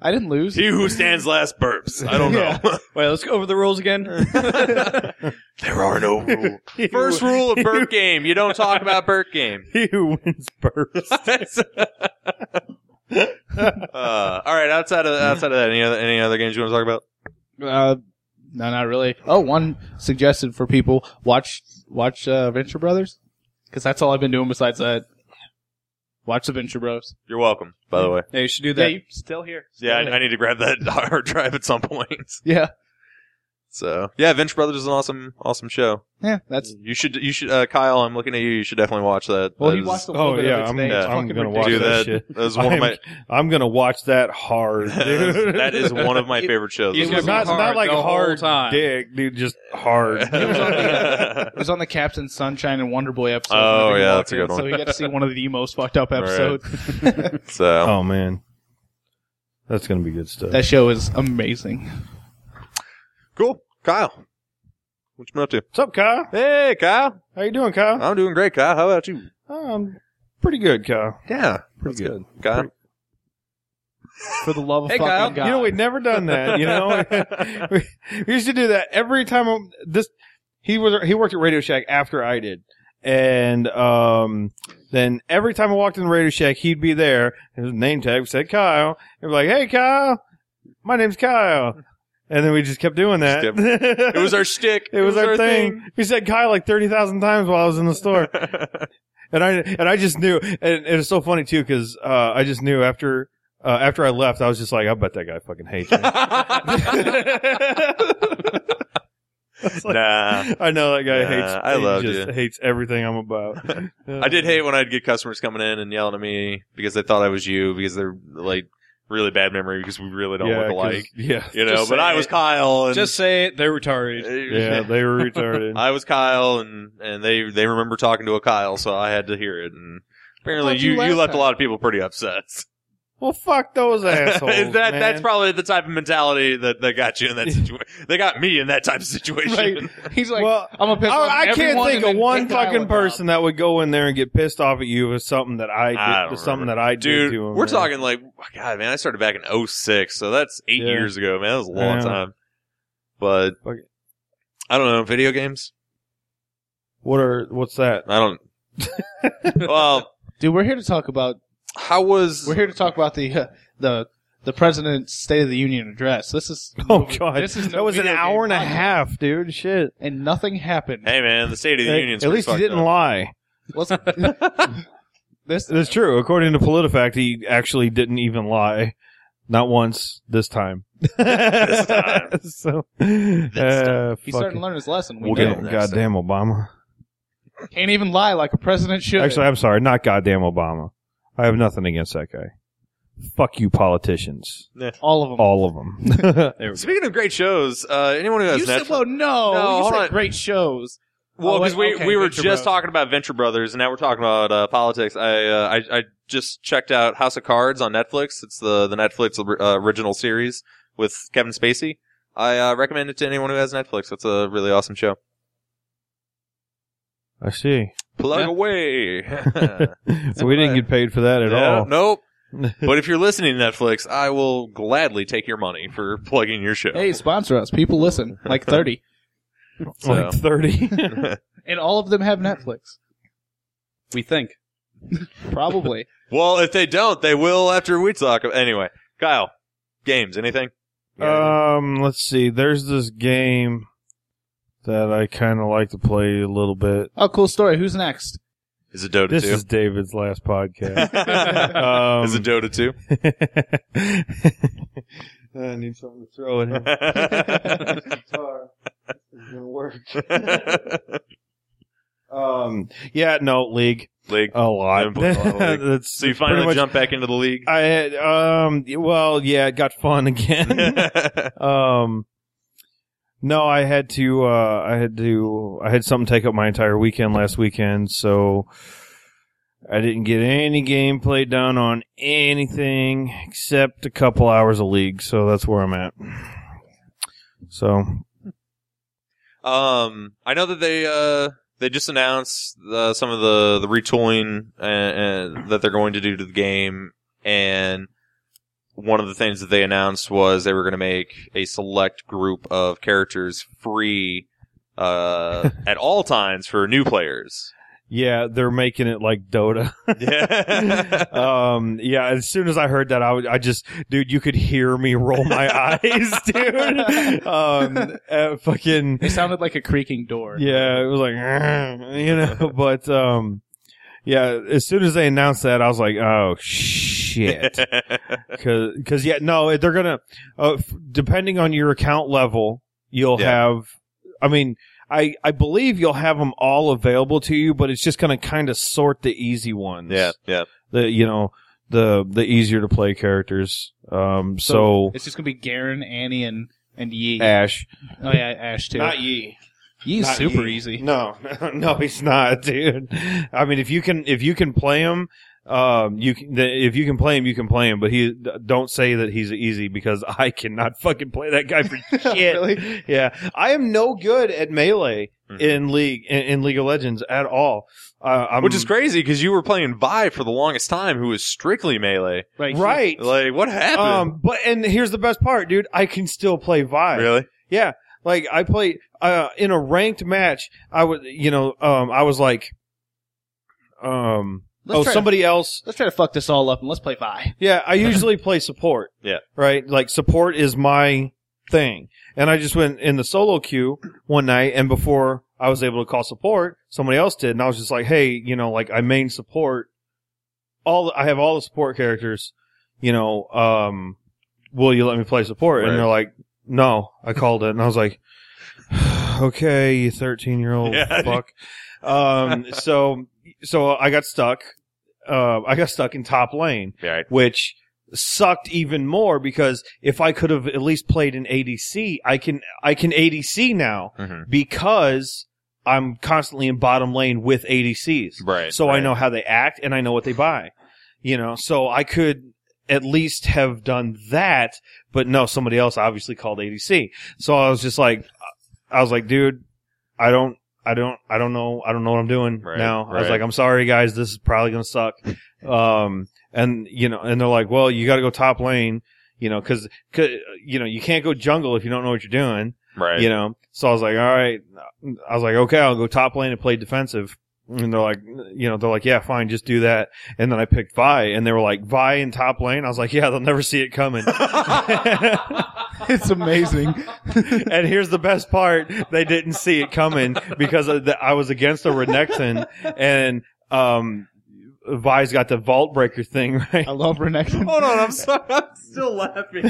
S6: I didn't lose.
S1: He who stands last burps. I don't know.
S7: Wait, let's go over the rules again.
S1: There are no rules. First rule of Burp game: you don't talk about Burp game.
S4: He who wins burps.
S1: uh, all right. Outside of outside of that, any other any other games you want to talk about?
S6: Uh, no, not really. Oh, one suggested for people watch watch uh, Venture Brothers because that's all I've been doing besides that. Watch the Venture Bros.
S1: You're welcome. By the way,
S7: yeah, you should do
S6: Yeah,
S7: that.
S6: you still here?
S1: yeah, I, I need to grab that hard drive at some point.
S6: yeah,
S1: So yeah, Venture Brothers is an awesome awesome show.
S6: yeah. That's
S1: You should you should uh, Kyle. I'm looking at you. You should definitely watch that.
S6: well,
S1: That
S6: he
S1: is-
S6: watched a little
S4: Oh
S6: bit
S4: yeah,
S6: of it
S4: I'm,
S6: today. It's
S4: I'm
S6: fucking
S4: gonna watch
S1: Dude,
S6: ridiculous.
S1: that-
S4: that, shit.
S1: that was one of
S4: I'm,
S1: my-
S4: I'm gonna watch that hard,
S1: that is-
S4: dude.
S1: that is one of my favorite shows.
S7: He's
S4: It was
S7: gonna
S4: not,
S7: be hard
S4: not like
S7: the whole
S4: hard
S7: time.
S4: dick, dude. Just hard.
S6: It was on the Captain Sunshine and Wonder Boy episode.
S1: Oh,
S6: whenever he
S1: yeah,
S6: walked
S1: that's a good
S6: in,
S1: one.
S6: So he got to see one of the most fucked up
S1: Right.
S6: episodes.
S1: so
S4: oh man, that's gonna be good stuff.
S6: That show is amazing.
S1: cool, Kyle. What you been up to?
S4: What's up, Kyle?
S1: Hey, Kyle.
S4: How you doing, Kyle?
S1: I'm doing great, Kyle. How about you?
S4: Oh, I'm pretty good, Kyle.
S1: Yeah,
S4: Pretty good.
S1: Kyle.
S6: For the love of
S7: Hey,
S6: fucking
S7: Kyle.
S6: God.
S4: You know, we'd never done that. You know, we, we used to do that every time. I'm- This he was he worked at Radio Shack after I did, and um, then every time I walked in Radio Shack, he'd be there. and His name tag said Kyle. And be like, "Hey, Kyle, my name's Kyle," and then we just kept doing that.
S1: Just
S4: it
S1: It was our shtick.
S4: It was, our, thing. We said Kyle like thirty thousand times while I was in the store, and I and I just knew, and it was so funny too because uh, I just knew after uh, after I left, I was just like, I bet that guy fucking hates me.
S1: nah.
S4: I know that guy
S1: Nah,
S4: hates.
S1: I
S4: he
S1: loved
S4: just
S1: you.
S4: Hates everything I'm about.
S1: I did hate when I'd get customers coming in and yelling at me because they thought I was you because they're like really bad memory because we really don't look
S4: 'cause-
S1: alike.
S4: Yeah,
S1: You know,
S7: Just
S1: but
S7: say
S1: I was
S7: it.
S1: Kyle and
S7: Just say it. They're retarded.
S4: yeah, they were retarded.
S1: I was Kyle and and they they remember talking to a Kyle, so I had to hear it and apparently
S6: What about you
S1: you you
S6: last
S1: left a
S6: time?
S1: lot of people pretty upset.
S4: well, fuck those assholes.
S1: that that's
S4: man.
S1: probably the type of mentality that, that got you in that situation. they got me in that type of situation.
S6: He's like,
S4: well.
S6: I'm a piss
S4: I,
S6: off
S4: I can't
S6: everyone
S4: think
S6: and
S4: of
S6: then
S4: one
S6: kick Kyle
S4: fucking
S6: out.
S4: person that would go in there and get pissed off at you with something that I did,
S1: I don't
S4: something
S1: remember.
S4: that I did
S1: Dude,
S4: to him.
S1: we're
S4: man.
S1: talking like God, man. I started back in 06, so that's eight
S4: Yeah.
S1: years ago, man. That was a long
S4: Yeah.
S1: time. But
S4: Fuck it.
S1: I don't know video games.
S4: What are what's that?
S1: I don't. well,
S6: Dude, we're here to talk about
S1: how was
S6: we're here to talk about the uh, the the president's State of the Union address. This is
S4: Oh god,
S6: this is no
S4: that was an
S6: video
S4: hour and
S6: game
S4: a
S6: podcast.
S4: half, dude. Shit.
S6: and nothing happened.
S1: Hey, man, the State of the
S4: Hey,
S1: Union's
S4: at
S1: pretty
S4: least he
S1: fucked
S4: didn't
S1: up.
S4: lie.
S6: Wasn't this?
S4: That's true. According to PolitiFact, he actually didn't even lie. Not once this time. this
S1: time.
S4: so, uh, this
S1: time.
S6: He's starting to learn his lesson. We
S1: We'll
S6: know.
S1: get him. next
S4: goddamn Obama.
S6: Can't even lie like a president should.
S4: Actually, I'm sorry, not goddamn Obama. I have nothing against that guy. Fuck you, politicians.
S6: all of
S1: Oh,
S6: them.
S4: All of them.
S1: Speaking of great shows, uh, anyone who has
S6: you
S1: Netflix,
S6: said, well,
S1: No,
S6: no, you
S1: hold
S6: said
S1: on.
S6: great shows.
S1: Well,
S6: Oh, wait,
S1: because we,
S6: okay,
S1: we were
S6: Venture
S1: just
S6: Bros.
S1: talking about Venture Brothers, and now we're talking about uh, politics. I, uh, I I just checked out House of Cards on Netflix. It's the the Netflix or- uh, original series with Kevin Spacey. I uh, recommend it to anyone who has Netflix. It's a really awesome show.
S4: I see.
S1: Plug
S7: Yeah.
S1: away.
S4: so we didn't get paid for that at
S1: Yeah,
S4: all.
S1: Nope. but if you're listening to Netflix, I will gladly take your money for plugging your show.
S6: Hey, sponsor us. People listen, like 30.
S1: So-
S4: Like thirty.
S6: And all of them have Netflix.
S7: We think.
S6: Probably.
S1: well, if they don't, they will after we talk. Anyway, Kyle, games, anything?
S4: Um, let's see. There's this game that I kind of like to play a little bit.
S6: Oh, cool story. Who's next?
S1: Is it Dota
S4: This
S1: 2?
S4: is David's last podcast. um,
S1: is it Dota 2?
S4: Um, I need something to throw at him. Um, yeah, no league
S1: League.
S4: a lot.
S1: Yeah, a lot of league.
S4: That's
S1: so you
S4: pretty
S1: finally
S4: much-
S1: jump back into the league?
S4: I had um. Well, yeah, it got fun again. Um, no, I had to. Uh, I had to. I had something take up my entire weekend last weekend, so I didn't get any gameplay done on anything except a couple hours of league. So that's where I'm at. So
S1: Um, I know that they uh they just announced uh, some of the the retooling uh, uh, that they're going to do to the game, and one of the things that they announced was they were going to make a select group of characters free uh at all times for new players.
S4: yeah, they're making it like Dota.
S1: Yeah.
S4: um, yeah. As soon as I heard that, I, would, I just, dude, you could hear me roll my eyes, dude. Um, uh, fucking.
S6: It sounded like a creaking door.
S4: Yeah, it was like you know, but um, yeah. As soon as they announced that, I was like, oh shit, because yeah, no, they're gonna uh, f- depending on your account level, you'll
S1: Yeah.
S4: have. I mean, I I believe you'll have them all available to you, but it's just gonna kind of sort the easy ones.
S1: yeah, Mm-hmm. yeah.
S4: the you know the the easier to play characters. Um, so, Eh.
S6: It's just going to be Garen, Annie, and, and Yee.
S4: Ash,
S6: Oh, yeah, Ash, too.
S4: ye.
S6: Yee's
S4: not
S6: super
S4: Yee.
S6: easy.
S4: No, no, he's not, dude. I mean, if you can, if you can play him, um, you can, the- if you can play him, you can play him. But he d- don't say that he's easy because I cannot fucking play that guy for shit.
S6: Really?
S4: Yeah, I am no good at melee
S1: Mhm.
S4: in league in, in League of Legends at all. Uh, I'm,
S1: Which is crazy because you were playing Vi for the longest time, who was strictly melee.
S6: Like,
S4: right.
S1: Like, what happened?
S4: Um, but and here's the best part, dude. I can still play Vi.
S1: really?
S4: Yeah, like I played uh, in a ranked match. I was, you know, um, I was like, um,
S6: Let's
S4: oh,
S6: try to-
S4: somebody else.
S6: Let's try to fuck this all up and let's play Vi.
S4: Yeah, I usually play support.
S1: Yeah.
S4: right. Like support is my thing, and I just went in the solo queue one night, and before I was able to call support, somebody else did, and I was just like, hey, you know, like I main support. All I have all the support characters, you know. Um, will you let me play support?
S1: Right.
S4: And they're like, no. I called it, and I was like, okay, you thirteen year old
S1: Yeah.
S4: fuck. Um, so so I got stuck. Uh, I got stuck in top lane,
S1: Yeah, right.
S4: which sucked even more because if I could have at least played an ADC, I can I can ADC now
S1: Mhm.
S4: because I'm constantly in bottom lane with ADCs.
S1: Right.
S4: So I
S1: right.
S4: know how they act and I know what they buy. You know, so I could at least have done that, but no, somebody else obviously called ADC. So I was just like, I was like, dude, I don't, I don't, I don't know, I don't know what I'm doing
S1: Right,
S4: now. I was
S1: right.
S4: like, I'm sorry guys, this is probably gonna suck. Um, and you know, and they're like, well, you got to go top lane, you know, because you know you can't go jungle if you don't know what you're doing
S1: Right.
S4: you know. So I was like, all right. I was like, okay, I'll go top lane and play defensive. And they're like, you know, they're like, yeah, fine, just do that. And then I picked Vi, and they were like, Vi in top lane. I was like, yeah, they'll never see it coming.
S6: It's amazing.
S4: and here's the best part: they didn't see it coming because of the, I was against a Renekton, and um, Vi's got the vault breaker thing, right?
S6: I love Renekton.
S1: Hold on, I'm sorry. I'm still laughing.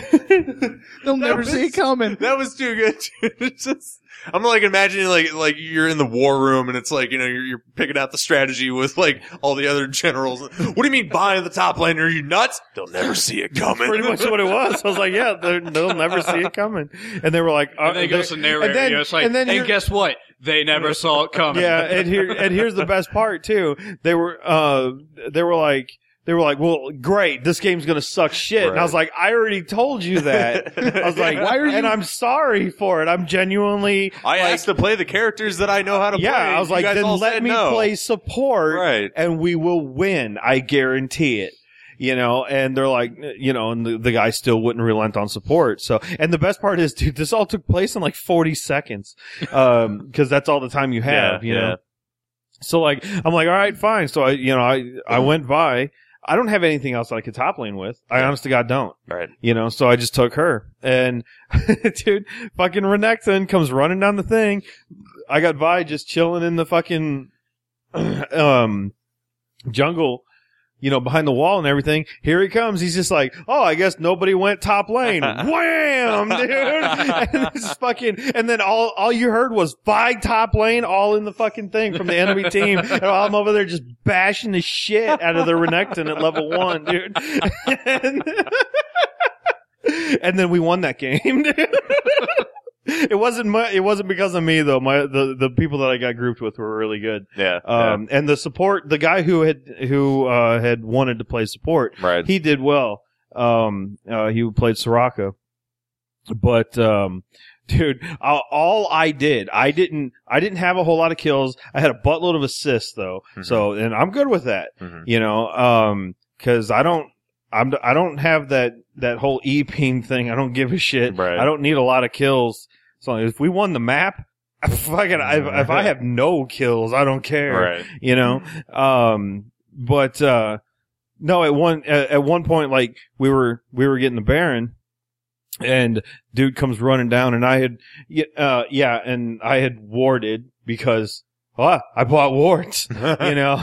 S6: They'll never see it coming.
S1: That was too good. dude. It's just, I'm like imagining like like you're in the war room and it's like you know you're, you're picking out the strategy with like all the other generals. What do you mean buy the top lane? Are you nuts? They'll never see it coming.
S4: Pretty much what it was. I was like, yeah, they're- they'll never see it coming. And they were like, uh,
S7: And then goes the narrator.
S4: and then-
S7: you know, it's like,
S4: and
S7: and,
S4: then you're-
S7: guess what? They never saw it coming.
S4: yeah, and here and here's the best part too. They were uh they were like they were like, "Well, great, this game's gonna suck shit." And I was like, "I already told you that." I was like,
S6: Why are
S4: And
S6: you-
S4: I'm sorry for it. I'm genuinely.
S1: I asked to play the characters that I know how to
S4: Yeah,
S1: play.
S4: I was
S1: You
S4: like,
S1: guys all
S4: then
S1: said
S4: let me
S1: no.
S4: play support,
S1: Right.
S4: and we will win. I guarantee it. You know, and they're like, you know, and the, the guy still wouldn't relent on support. So, and the best part is, dude, this all took place in like 40 seconds, um, because that's all the time you have,
S1: Yeah,
S4: you know.
S1: yeah.
S4: So like, I'm like, all right, fine. So I, you know, I I went by. I don't have anything else that I could top lane with. I honest to God don't.
S1: Right.
S4: You know, so I just took her. And dude, fucking Renekton comes running down the thing. I got Vi just chilling in the fucking um jungle, you know, behind the wall and everything. Here he comes. He's just like, oh, I guess nobody went top lane. Wham, dude. And this is fucking, and then all, all you heard was Vi top lane all in the fucking thing from the enemy team. And I'm over there just bashing the shit out of the Renekton at level one, dude. And, and then we won that game, dude. It wasn't my, it wasn't because of me though. My the, the people that I got grouped with were really good.
S1: Yeah.
S4: Um, and the support, the guy who had who uh, had wanted to play support,
S1: yeah. Right.
S4: he did well. Um, uh, he played Soraka, but um, dude, uh, all I did, I didn't, I didn't have a whole lot of kills. I had a buttload of assists though,
S1: Mhm.
S4: so and I'm good with that.
S1: Mhm.
S4: You know, um, because I don't. I'm, I don't have that, that whole E ping thing. I don't give a shit.
S1: Right.
S4: I don't need a lot of kills. So if we won the map, fucking, if, if I have no kills, I don't care
S1: Right.
S4: you know um but uh no at one at, at one point like we were we were getting the baron and dude comes running down and i had y- uh yeah and i had warded because ah, i bought wards you know,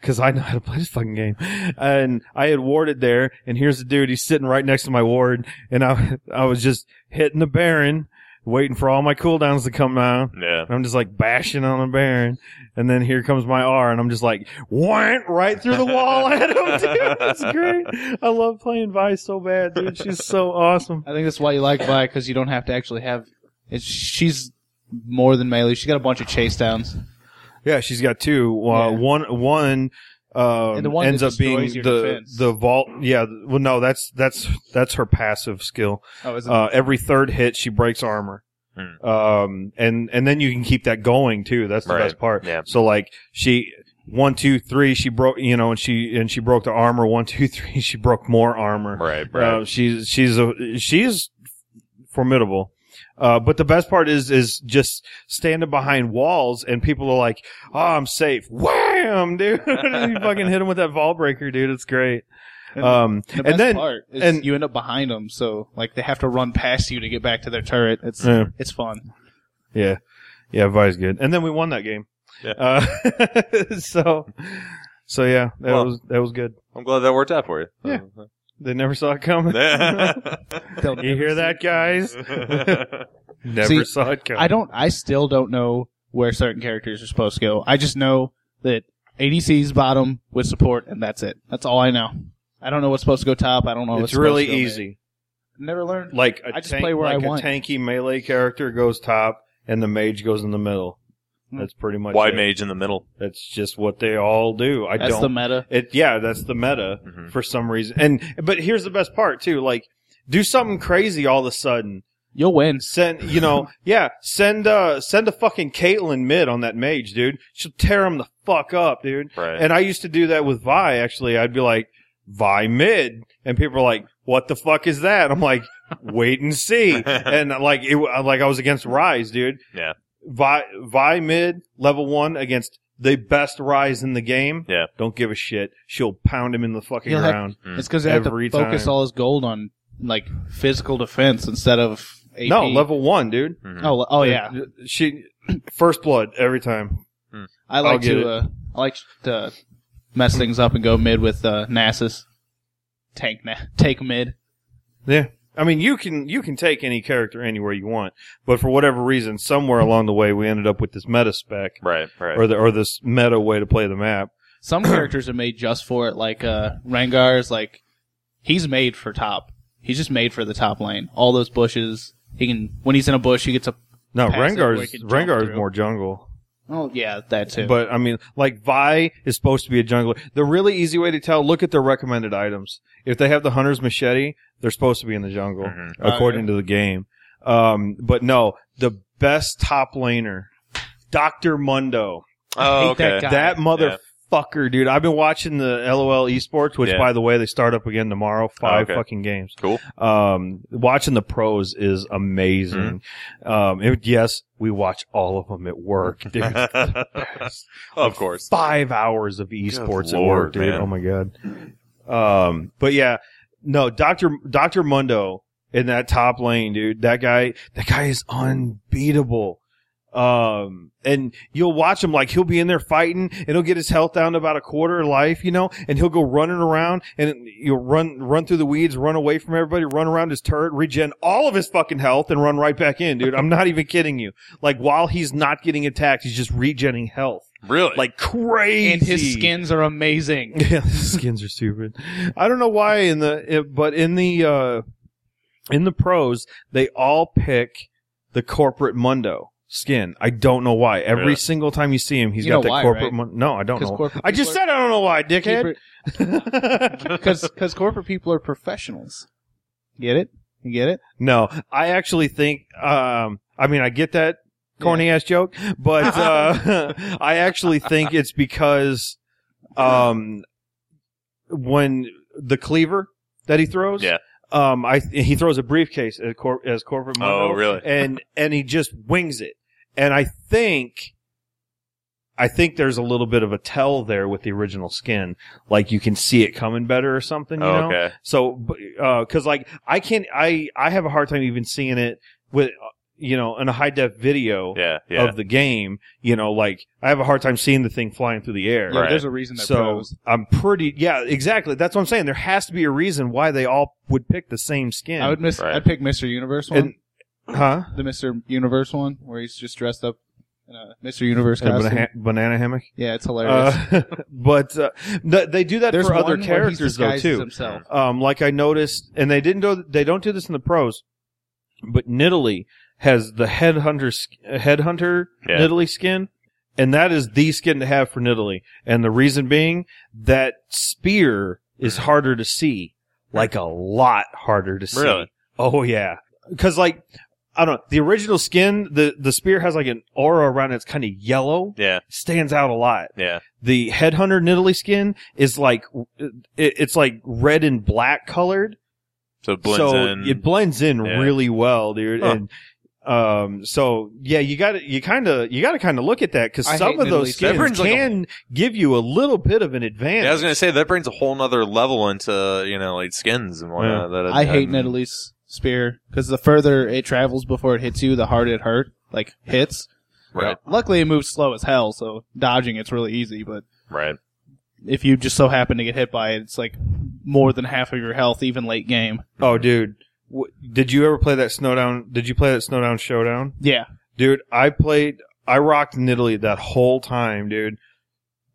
S4: because I know how to play this fucking game. And I had warded there, and here's the dude. He's sitting right next to my ward, and I, I was just hitting the Baron, waiting for all my cooldowns to come down.
S1: Yeah.
S4: And I'm just like bashing on a Baron, and then here comes my R, and I'm just like went right through the wall at him. Dude, it's great. I love playing Vice so bad, dude. She's so awesome.
S6: I think that's why you like Vi because you don't have to actually have. It's, she's more than melee. She's got a bunch of chase downs.
S4: Yeah, she's got two. Uh,
S6: Yeah.
S4: One one um,
S6: And the one
S4: ends
S6: that
S4: up being
S6: destroys
S4: the
S6: your defense.
S4: the vault. Yeah, th- well, no, that's that's that's her passive skill.
S6: Oh, is it?
S4: Uh, every third hit, she breaks armor.
S1: Hmm.
S4: Um, and and then you can keep that going too. That's the
S1: Right.
S4: best part.
S1: Yeah.
S4: So like she one two three, she broke you know, and she and she broke the armor. One two three, she broke more armor.
S1: Right. Right.
S4: Uh, she's she's a she's formidable. Uh, but the best part is is just standing behind walls and people are like, "Oh, I'm safe." Wham, dude! you fucking hit him with that vault breaker, dude. It's great. Um,
S6: the
S4: and
S6: best
S4: then
S6: part is
S4: and-
S6: you end up behind them, so like they have to run past you to get back to their turret. It's
S4: Yeah.
S6: it's fun.
S4: yeah, yeah, Vi's good. And then we won that game. Uh, so, so yeah, that
S1: Well-
S4: was that was good.
S1: I'm glad that worked out for you.
S4: Yeah. They never saw it coming.
S6: They'll
S4: you hear that, guys? Never
S6: See,
S4: saw it coming.
S6: I don't. I still don't know where certain characters are supposed to go. I just know that ADC's bottom with support, and that's it. That's all I know. I don't know what's supposed to go top. I don't know. what's
S4: it's
S6: supposed
S4: really
S6: to go mid.
S4: easy.
S6: Never learned.
S4: like a
S6: I just
S4: tank-
S6: play where I
S4: like a
S6: want.
S4: tanky melee character goes top and the mage goes in the middle.
S6: Hmm.
S4: That's pretty much
S1: Why
S4: it.
S1: mage in the middle?
S4: That's just what they all do. I
S6: That's
S4: don't.
S6: the meta.
S4: it yeah, that's the meta
S1: Mhm.
S4: for some reason. And but here's the best part too. Like do something crazy all of a sudden.
S6: You'll win.
S4: Send you know yeah send uh send a fucking Caitlyn mid on that mage dude. She'll tear him the fuck up, dude.
S1: Right.
S4: And I used to do that with Vi, actually. I'd be like, Vi mid. And people are like, what the fuck is that? I'm like, wait and see. and like, it, like I was against Rise, dude.
S1: Yeah.
S4: Vi, Vi mid, level one against the best Rise in the game.
S1: Yeah.
S4: Don't give a shit. She'll pound him in the fucking
S6: He'll have-
S4: ground.
S1: Mm.
S6: It's because they have to
S4: Every
S6: focus
S4: time.
S6: all his gold on like physical defense instead of AP.
S4: no, level one, dude.
S1: Mhm.
S6: Oh, le- oh yeah.
S4: She, first blood every time.
S6: I like
S4: get it.
S6: to. Uh, I like to mess things up and go mid with uh, Nasus. Tank na- take mid.
S4: Yeah. I mean, you can you can take any character anywhere you want, but for whatever reason, somewhere along the way, we ended up with this meta spec
S1: Right. Right.
S4: or the or this meta way to play the map.
S6: Some characters are made just for it. Like uh, Rengar is like he's made for top. He's just made for the top lane. All those bushes. He can when he's in a bush, he gets a
S4: No,
S6: Passive where
S4: Rengar's
S6: you can jump
S4: Rengar's
S6: through.
S4: more jungle.
S6: Oh yeah, that too.
S4: But I mean, like Vi is supposed to be a jungler. The really easy way to tell: look at their recommended items. If they have the hunter's machete, they're supposed to be in the jungle,
S6: Mm-hmm.
S1: Mhm.
S4: according to the game. Um, but no, the best top laner, Doctor Mundo.
S1: Oh,
S6: hate that
S1: okay.
S6: guy.
S4: That motherfucker, dude. I've been watching the LOL esports, which
S1: Yeah. Oh,
S4: by the way, they start up again tomorrow. Five
S1: okay.
S4: fucking games.
S1: Cool.
S4: Um, watching the pros is amazing.
S1: Mm-hmm.
S4: Um, it- yes, we watch all of them at work, dude.
S1: of course.
S4: Five hours of esports at
S1: Lord,
S4: work, dude.
S1: man.
S4: Oh my god. Um, but yeah, no, Doctor Doctor Mundo in that top lane, dude. That guy, that guy is unbeatable. Um, and you'll watch him like he'll be in there fighting, and he'll get his health down to about a quarter of life, you know, and he'll go running around, and you'll run run through the weeds, run away from everybody, run around his turret, regen all of his fucking health, and run right back in, dude. I'm not even kidding you. Like while he's not getting attacked, he's just regening health
S1: Really?
S4: like crazy.
S6: and his skins are amazing.
S4: yeah, the skins are stupid. I don't know why in the it, but in the uh in the pros they all pick the corporate Mundo skin. I don't know why. Every
S1: Really?
S4: single time you see him, he's
S6: You
S4: got
S6: know
S4: that
S6: why,
S4: corporate.
S6: right?
S4: Mun- no, I don't
S6: 'Cause
S4: know.
S6: corporate
S4: I just
S6: people
S4: said I don't know why, dickhead.
S6: Because corporate people are professionals. Get it? You get it?
S4: no, I actually think. um I mean, I get that corny ass joke, but uh I actually think it's because um when the cleaver that he throws,
S1: Yeah.
S4: um, I he throws a briefcase at cor- as corporate
S1: oh,
S4: Mundo,
S1: really?
S4: and and he just wings it, and I think. I think there's a little bit of a tell there with the original skin, like you can see it coming better or something. You
S1: Oh,
S4: know?
S1: okay.
S4: So, because like I can't, I I have a hard time even seeing it with uh, you know in a high def video
S1: Yeah, yeah.
S4: of the game. You know, like I have a hard time seeing the thing flying through the air.
S6: Yeah,
S1: Right.
S6: There's a reason they're
S4: So
S6: pros.
S4: I'm pretty, yeah, exactly. That's what I'm saying. There has to be a reason why they all would pick the same skin.
S6: I would miss.
S1: Right.
S6: I'd pick Mr. Universe one,
S4: And- huh?
S6: the Mr. Universe one, where he's just dressed up in a Mr. Universe
S4: In a
S6: costume.
S4: banana, banana hammock.
S6: yeah, it's hilarious.
S4: Uh, but uh, th- they do that
S6: there's
S4: for other
S6: one where he's
S4: characters though
S6: disguised as
S4: too.
S6: Himself.
S4: Um, like I noticed, and they didn't do they don't do this in the pros, but Nidalee has the headhunter sk- headhunter
S1: Yeah.
S4: Nidalee skin, and that is the skin to have for Nidalee. And the reason being that spear is harder to see, like a lot harder to see.
S1: Really?
S4: Oh yeah, because like I don't know the original skin the the spear has like an aura around it. It's kind of yellow,
S1: Yeah,
S4: stands out a lot
S1: yeah.
S4: the headhunter Nidalee skin is like it, it's like red and black colored,
S1: So it blends
S4: so
S1: in.
S4: it blends in
S1: Yeah.
S4: really well, dude.
S1: Huh.
S4: And um, so yeah, you got to you kind of you got to kind of look at that because
S6: I
S4: some
S6: hate
S4: of
S6: Nidalee
S4: those
S6: skin.
S1: That brings,
S4: skins
S1: like, a-
S4: can give you a little bit of an advantage.
S1: yeah, I was gonna say that brings a whole nother level into you know like skins and whatnot. That
S6: I hate
S1: hadn't-
S6: Natalie's spear because the further it travels before it hits you, the harder it hurt. Like hits.
S1: Right,
S6: Luckily, it moves slow as hell, so dodging it's really easy. But
S1: right.
S6: if you just so happen to get hit by it, it's like more than half of your health, even late game.
S4: oh, dude, w- did you ever play that Snowdown? Did you play that Snowdown Showdown?
S6: Yeah,
S4: dude. I played, I rocked in Italy that whole time, dude.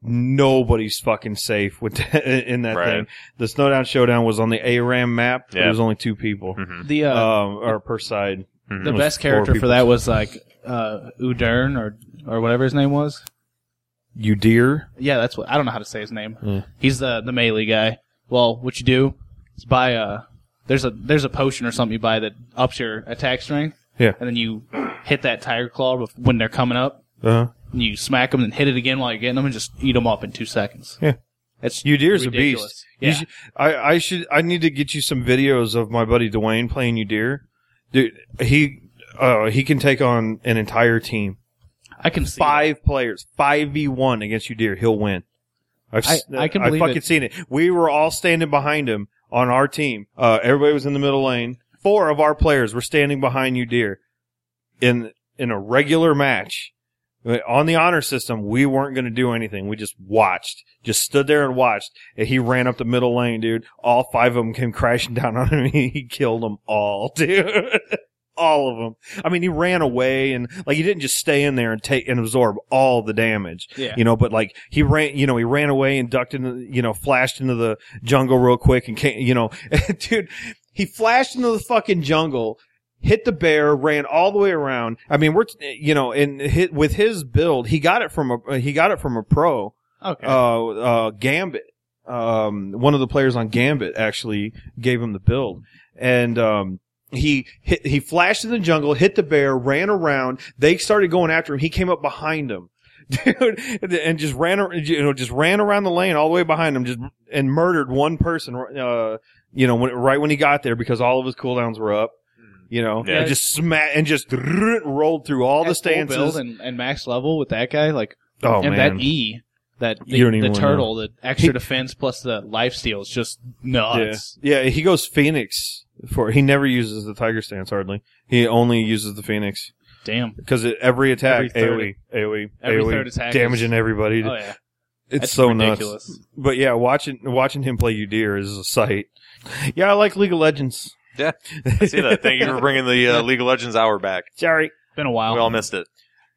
S4: Nobody's fucking safe with that, in that
S1: Right.
S4: thing. The Snowdown Showdown was on the ARAM map. But
S1: Yeah.
S4: It was only two people,
S1: Mhm.
S6: the uh,
S4: um, or per side.
S6: the
S4: It was
S6: best
S4: four
S6: character for
S4: people.
S6: that was like uh, Udern or or whatever his name was.
S4: You deer?
S6: Yeah, that's what I don't know how to say his name.
S4: Yeah.
S6: He's the the melee guy. Well, what you do is buy a there's a there's a potion or something you buy that ups your attack strength.
S4: Yeah.
S6: and then you hit that tiger claw bef- when they're coming up.
S4: Uh huh.
S6: And you smack them and hit it again while you're getting them, and just eat them up in two seconds.
S4: Yeah.
S6: that's
S4: You deer's a
S6: ridiculous.
S4: beast.
S6: Yeah.
S4: You should, I, I should, I need to get you some videos of my buddy Dwayne playing you deer. Dude, he, uh, he can take on an entire team.
S6: I can see it.
S4: five players, five v one against you, deer. He'll win. I've,
S6: I-
S4: s-
S6: I can
S4: I've
S6: believe
S4: fucking
S6: it.
S4: seen it. We were all standing behind him on our team. Uh, everybody was in the middle lane. Four of our players were standing behind you, deer, in in a regular match. uh, On the honor system, we weren't going to do anything. We just watched, just stood there and watched. And he ran up the middle lane, dude. All five of them came crashing down on him. He killed them all, dude. all of them. I mean, he ran away and like he didn't just stay in there and take and absorb all the damage.
S6: Yeah.
S4: You know, but like he ran, you know, he ran away and ducked into, you know, flashed into the jungle real quick and came, you know, dude, he flashed into the fucking jungle. hit the bear, ran all the way around. I mean, we're you know, and hit, with his build, he got it from a he got it from a pro,
S6: Okay.
S4: uh, uh, Gambit. Um, one of the players on Gambit actually gave him the build, and um, he hit, he flashed in the jungle, hit the bear, ran around. They started going after him. He came up behind him. Dude, and just ran, ar- you know, just ran around the lane all the way behind him, just and murdered one person. Uh, you know, when, right when he got there because all of his cooldowns were up. You know,
S1: Yeah.
S4: and just smack and just rolled through all the
S6: At full build
S4: stances.
S6: and, and max level with that guy, like
S4: oh
S6: and
S4: man,
S6: that E, that the,
S4: You don't even
S6: the
S4: wanna
S6: turtle, the extra defense plus the life steal is just nuts.
S4: Yeah, he goes Phoenix for he never uses the Tiger stance hardly. He only uses the Phoenix
S6: Damn.
S4: because every attack
S6: Every
S4: AOE AOE
S6: Every
S4: AOE
S6: third attack
S4: damaging
S6: is-
S4: everybody.
S6: Oh yeah.
S4: it's
S6: That's
S4: so nuts.
S6: ridiculous.
S4: But yeah, watching watching him play Udyr is a sight. Yeah, I like League of Legends.
S1: Yeah. I see that. Thank you for bringing the uh, League of Legends hour back.
S4: Sorry.
S6: Been a while.
S1: We all missed it.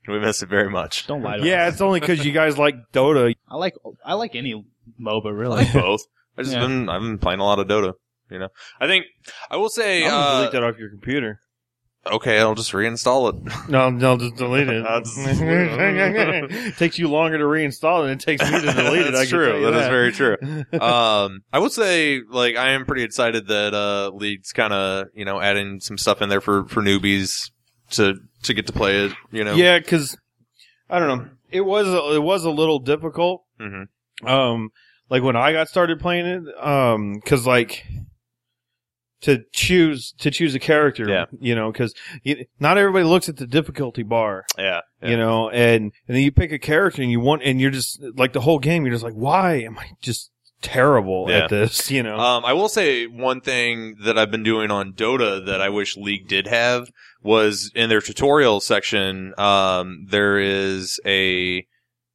S1: We missed it very much.
S6: Don't lie to
S4: Yeah,
S6: us.
S4: it's only because you guys like Dota.
S6: I like I like any MOBA
S1: I
S6: really.
S1: like both. I just
S6: Yeah.
S1: been I've been playing a lot of Dota. You know, I think I will say.
S4: I'm gonna delete
S1: Uh,
S4: that off your computer.
S1: okay, I'll just reinstall it.
S4: No, no, just delete
S1: I'll
S4: it.
S1: just-
S4: takes you longer to reinstall than it takes me to delete it.
S1: That's
S4: I can tell
S1: true.
S4: you
S1: That is
S4: that.
S1: very true. um, I would say like I am pretty excited that uh, League's kind of you know adding some stuff in there for for newbies to to get to play it. You know,
S4: Yeah, because I don't know. It was a, it was a little difficult.
S1: Mhm.
S4: Um, like when I got started playing it, um, because like to choose to choose a character,
S1: Yeah.
S4: you know, because not everybody looks at the difficulty bar,
S1: yeah, yeah.
S4: you know, and and then you pick a character and you want and you're just like the whole game, you're just like, why am I just terrible
S1: Yeah.
S4: at this, you know?
S1: Um, I will say one thing that I've been doing on Dota that I wish League did have was in their tutorial section. Um, there is a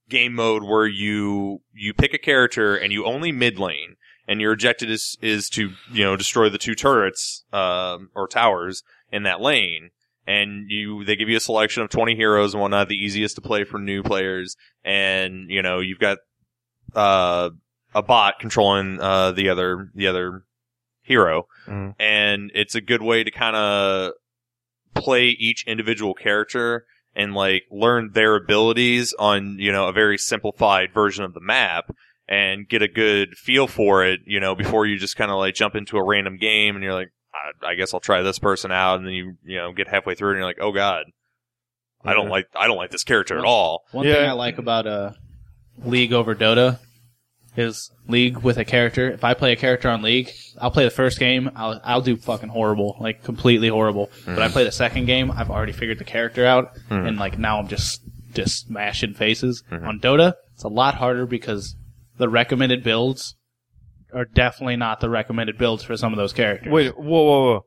S1: game mode where you you pick a character and you only mid lane, and your objective is is to you know destroy the two turrets um, or towers in that lane. And you, they give you a selection of 20 heroes and whatnot, the easiest to play for new players. And, you know, you've got, uh, a bot controlling uh, the other the other hero,
S4: Mm.
S1: and it's a good way to kind of play each individual character and like learn their abilities on you know a very simplified version of the map and get a good feel for it you know before you just kind of like jump into a random game and you're like I, I guess I'll try this person out and then you you know get halfway through and you're like oh god I don't
S4: Yeah.
S1: like I don't like this character at all
S6: One
S4: Yeah.
S6: thing I like about uh, League over Dota is League with a character. If I play a character on League, I'll play the first game. I'll I'll do fucking horrible, like completely horrible. But I play the second game. I've already figured the character out, and like now I'm just just smashing faces. On Dota, it's a lot harder because the recommended builds are definitely not the recommended builds for some of those characters.
S4: Wait, whoa, whoa, whoa!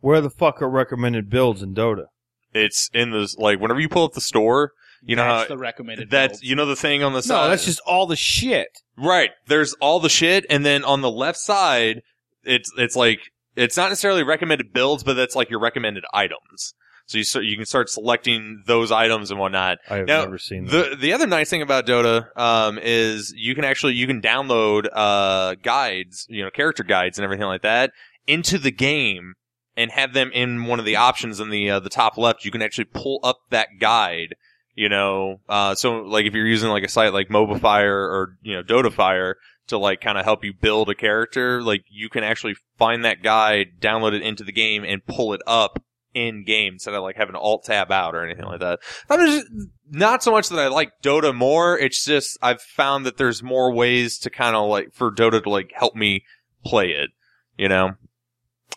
S4: Where the fuck are recommended builds in Dota?
S1: it's in the like whenever you pull up the store you know how
S6: that's the recommended.
S1: That's
S6: builds.
S1: you know the thing on the side.
S4: No, that's just all the shit.
S1: right. There's all the shit, and then on the left side, it's it's like it's not necessarily recommended builds, but that's like your recommended items. So you start, you can start selecting those items and whatnot.
S4: I have
S1: Now,
S4: never seen that.
S1: The the other nice thing about Dota um, is you can actually you can download uh, guides, you know, character guides and everything like that into the game and have them in one of the options in the uh, the top left. You can actually pull up that guide, you know. Uh, so like if you're using like a site like Mobifier or you know Dotafire to like kind of help you build a character, like you can actually find that guide, download it into the game, and pull it up in game instead of like having to alt tab out or anything like that. I'm just not so much that I like Dota more. It's just I've found that there's more ways to kind of like for Dota to like help me play it. You know,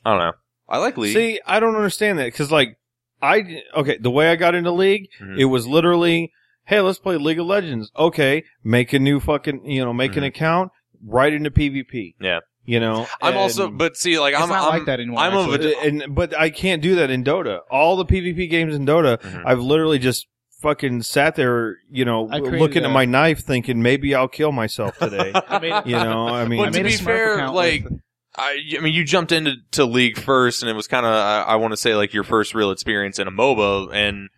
S1: I don't know. I like League.
S4: See, I don't understand that because, like, I okay, the way I got into League,
S1: Mhm.
S4: it was literally, hey, let's play League of Legends. Okay, make a new fucking, you know, make an
S1: Mhm.
S4: account, right into PvP.
S1: Yeah.
S4: you know,
S1: I'm
S4: and-
S1: also, but see, like
S6: It's
S1: I'm,
S6: not
S1: I'm
S6: like that anymore.
S1: I'm of
S6: actually.
S1: a
S4: Uh, and but I can't do that in Dota. All the PvP games in Dota,
S1: Mhm.
S4: I've literally just fucking sat there, you know,
S6: I created
S4: looking at
S6: a-
S4: my knife, thinking maybe I'll kill myself today.
S6: I made,
S4: you know, I mean,
S1: Well,
S6: I
S1: to
S6: made a
S1: be
S6: Smurf
S1: fair,
S6: account
S1: like-
S6: with-
S1: I, I mean, you jumped into to League first, and it was kind of I, I want to say like your first real experience in a MOBA, and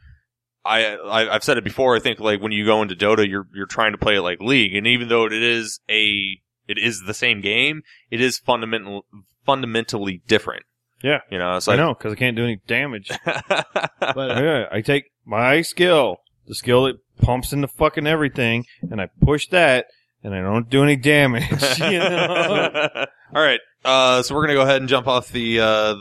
S1: I, I I've said it before. I think like when you go into Dota, you're you're trying to play it like League, and even though it is a it is the same game, it is fundamental fundamentally different.
S4: Yeah.
S1: You know, it's
S4: I
S1: like
S4: know because I can't do any damage.
S6: But uh,
S4: yeah, I take my skill, the skill that pumps into fucking everything, and I push that, and I don't do any damage. you know?
S1: All right. Uh, so we're gonna go ahead and jump off the uh,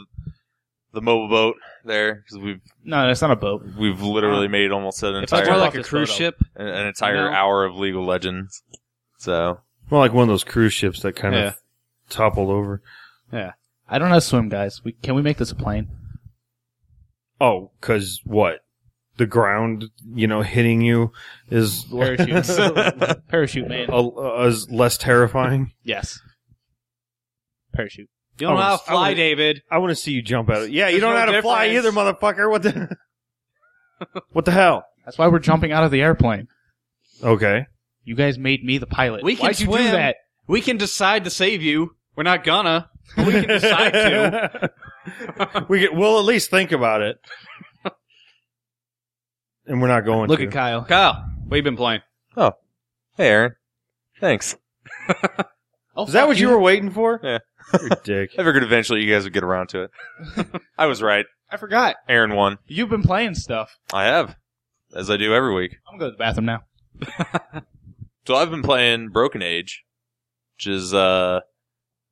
S1: the mobile boat there because we've
S6: no, that's not a boat.
S1: we've literally made almost an
S6: Uh, If
S1: entire
S6: I
S7: More
S6: Fire
S7: like
S6: off
S7: a
S6: this
S7: cruise
S6: photo.
S7: ship.
S1: an, an entire
S7: No.
S1: hour of League of Legends. So
S4: Well, like one of those cruise ships that kind
S6: Yeah.
S4: of toppled over.
S6: I don't know how to swim, guys. We can we make this a plane?
S4: Oh, because what? The ground, you know, hitting you is
S6: Parachute, parachute man.
S4: a, is less terrifying.
S6: Yes, parachute.
S7: You don't know how to fly, David.
S4: I want to see you jump out. of Yeah, you
S7: There's
S4: don't know how
S7: no
S4: to fly either,
S7: difference.
S4: motherfucker. What the? what the hell?
S6: That's why we're jumping out of the airplane.
S4: Okay.
S6: You guys made me the pilot.
S7: We can
S6: Why'd you do
S7: swim.
S6: that?
S7: We can decide to save you. We're not gonna. But we can decide to.
S4: we get, we'll at least think about it. And we're not going
S6: Look
S4: to.
S6: at Kyle.
S7: Kyle, what you been playing?
S1: hey, Aaron, thanks.
S6: Oh,
S4: Is that what you were waiting for?
S1: Yeah.
S4: You're a dick.
S1: I figured eventually you guys would get around to it. I was right.
S6: I forgot.
S1: Aaron won.
S6: You've been playing stuff.
S1: I have, as I do every week.
S6: I'm gonna go to the bathroom now.
S1: So I've been playing Broken Age, which is uh,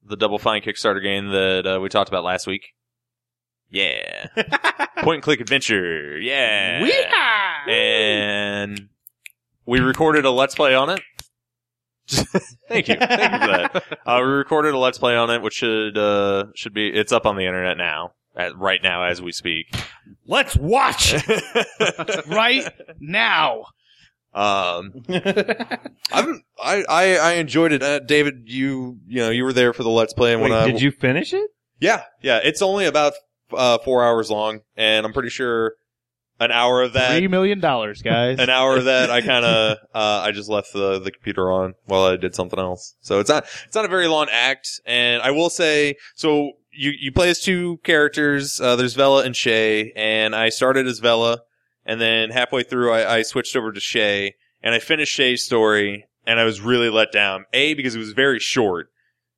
S1: the Double Fine Kickstarter game that uh, we talked about last week. Yeah, point and click adventure. Yeah, and we recorded a let's play on it. thank you, thank you for that. Uh, we recorded a let's play on it, which should uh, should be it's up on the internet now, at, right now as we speak.
S4: Let's watch.
S6: right now.
S1: Um, I'm, I, I, I enjoyed it. Uh, David, you, you know, you were there for the Let's Play, and when
S4: Wait,
S1: I,
S4: did you finish it?
S1: yeah, yeah, it's only about uh, four hours long, and I'm pretty sure an hour of that,
S6: Three million dollars, guys.
S1: an hour of that, I kind of, uh, I just left the the computer on while I did something else. So it's not, it's not a very long act, and I will say, so you you play as two characters. Uh, there's Vela and Shay, and I started as Vela, and then halfway through, I, I switched over to Shay, and I finished Shay's story, and I was really let down. A because it was very short;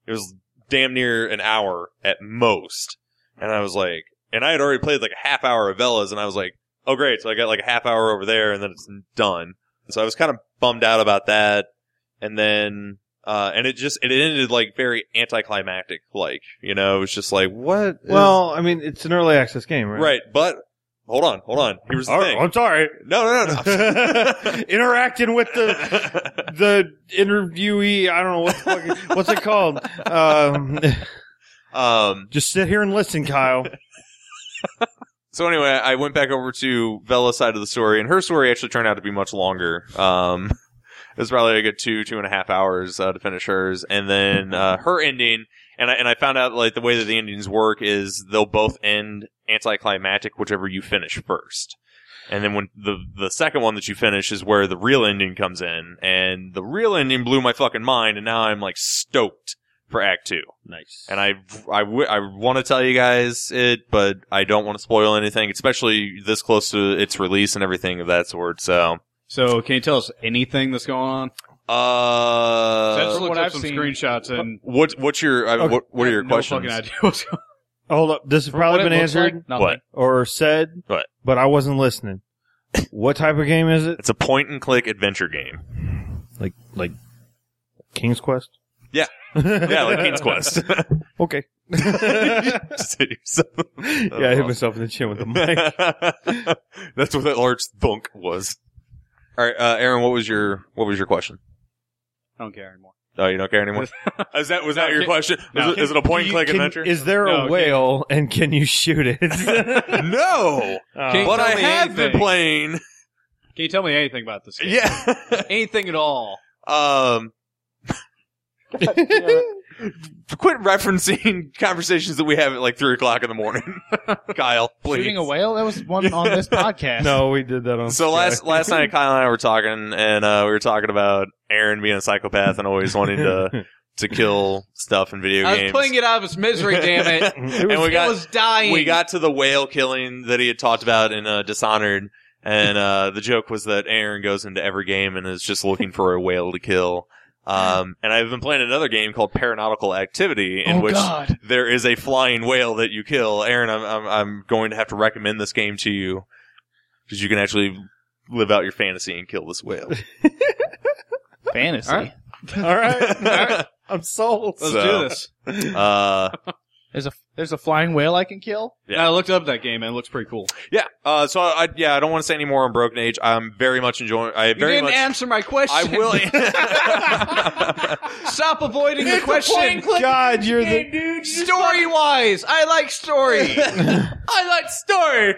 S1: it was damn near an hour at most, and I was like, and I had already played like a half hour of Vella's, and I was like, oh great, so I got like a half hour over there, and then it's done. So I was kind of bummed out about that, and then. Uh, and it just it ended like very anticlimactic, like you know, it was just like what? is-
S4: Well, I mean, it's an early access game, right?
S1: right, but hold on, hold on. Here's the
S4: All right,
S1: thing.
S4: Oh, I'm sorry.
S1: No, no, no.
S4: Interacting with the the interviewee. I don't know what the fuck, it- what's it called. Um,
S1: um.
S4: just sit here and listen, Kyle.
S1: So anyway, I went back over to Vela's side of the story, and her story actually turned out to be much longer. Um, it was probably a good two, two and a half hours uh, to finish hers, and then uh, her ending. And I and I found out like the way that the endings work is they'll both end anticlimactic, whichever you finish first. And then when the the second one that you finish is where the real ending comes in, and the real ending blew my fucking mind, and now I'm like stoked for Act Two.
S4: Nice.
S1: And I, I, w- I want to tell you guys it, but I don't want to spoil anything, especially this close to its release and everything of that sort. So,
S7: So, can you tell us anything that's going on?
S1: uh,
S7: That's
S6: from
S7: looked
S6: what
S7: up
S6: I've
S7: some
S6: seen-
S7: screenshots and
S1: what, what's your, I mean, what, what are your
S7: no
S1: questions?
S7: fucking idea what's going
S4: Hold up. This has probably
S6: What
S4: been
S6: it looks
S4: answered
S6: like?
S1: What?
S4: or said,
S1: What?
S4: but I wasn't listening. what type of game is it?
S1: It's a point and click adventure game.
S4: Like like King's Quest?
S1: Yeah. Yeah, like King's Quest.
S4: Okay.
S1: Just hit yourself.
S4: yeah, I hit myself in the chin with the mic.
S1: That's what that large thunk was. All right, uh, Aaron, what was your, what was your question?
S7: I don't care anymore.
S1: Oh, you don't care anymore? Is that, was that your
S7: can-
S1: question?
S7: no.
S1: Is, it, is it a point and click
S4: Can-
S1: adventure?
S4: Is there
S7: No,
S4: a
S7: King-
S4: whale and can you shoot it? Oh.
S1: no!
S7: King-
S1: but
S7: tell
S1: I
S7: me
S1: have been
S7: anything.
S1: playing.
S7: Can you tell me anything about this game?
S1: Yeah.
S7: Anything at all.
S1: um. Quit referencing conversations that we have at like three o'clock in the morning, Kyle. Please.
S6: Shooting a whale? That was one on this podcast.
S4: no, we did that on
S1: So last last night, Kyle and I were talking, and uh, we were talking about Aaron being a psychopath and always wanting to to kill stuff in video
S7: I was
S1: games.
S7: putting it out of its misery, damn it.
S1: and we got
S7: it was dying.
S1: we got to the whale killing that he had talked about in uh, Dishonored, and uh, the joke was that Aaron goes into every game and is just looking for a whale to kill. Um, and I've been playing another game called Paranautical Activity, in
S6: oh
S1: which
S6: God!
S1: there is a flying whale that you kill. Aaron, I'm I'm, I'm going to have to recommend this game to you because you can actually live out your fantasy and kill this whale.
S6: Fantasy.
S7: All right.
S9: All right.
S1: Let's
S9: I'm sold.
S7: Let's do this.
S1: this. Uh,
S6: There's a there's a flying whale I can kill.
S1: Yeah.
S7: I looked up that game and it looks pretty cool.
S1: yeah. Uh, so I, I yeah I don't want to say any more on Broken Age. I'm very much enjoying. I
S7: You
S1: very
S7: didn't
S1: much.
S7: answer my question.
S1: I will.
S7: Stop avoiding the question.
S9: God, you're the
S7: Story wise, I like story. I like story.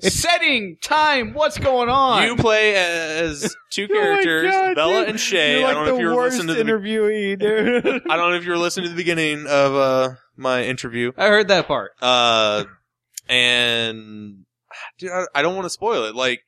S7: Setting, time, what's going on?
S1: You play as
S4: Oh
S1: two characters,
S9: God,
S1: Bella
S9: dude.
S1: and Shay.
S9: You're like
S1: I don't know
S9: the
S1: if you were
S9: worst
S1: listening to the.
S9: interviewee, dude.
S1: I don't know if you were listening to the beginning of uh, my interview.
S7: I heard that part.
S1: Uh, and dude, I, I don't want to spoil it. Like,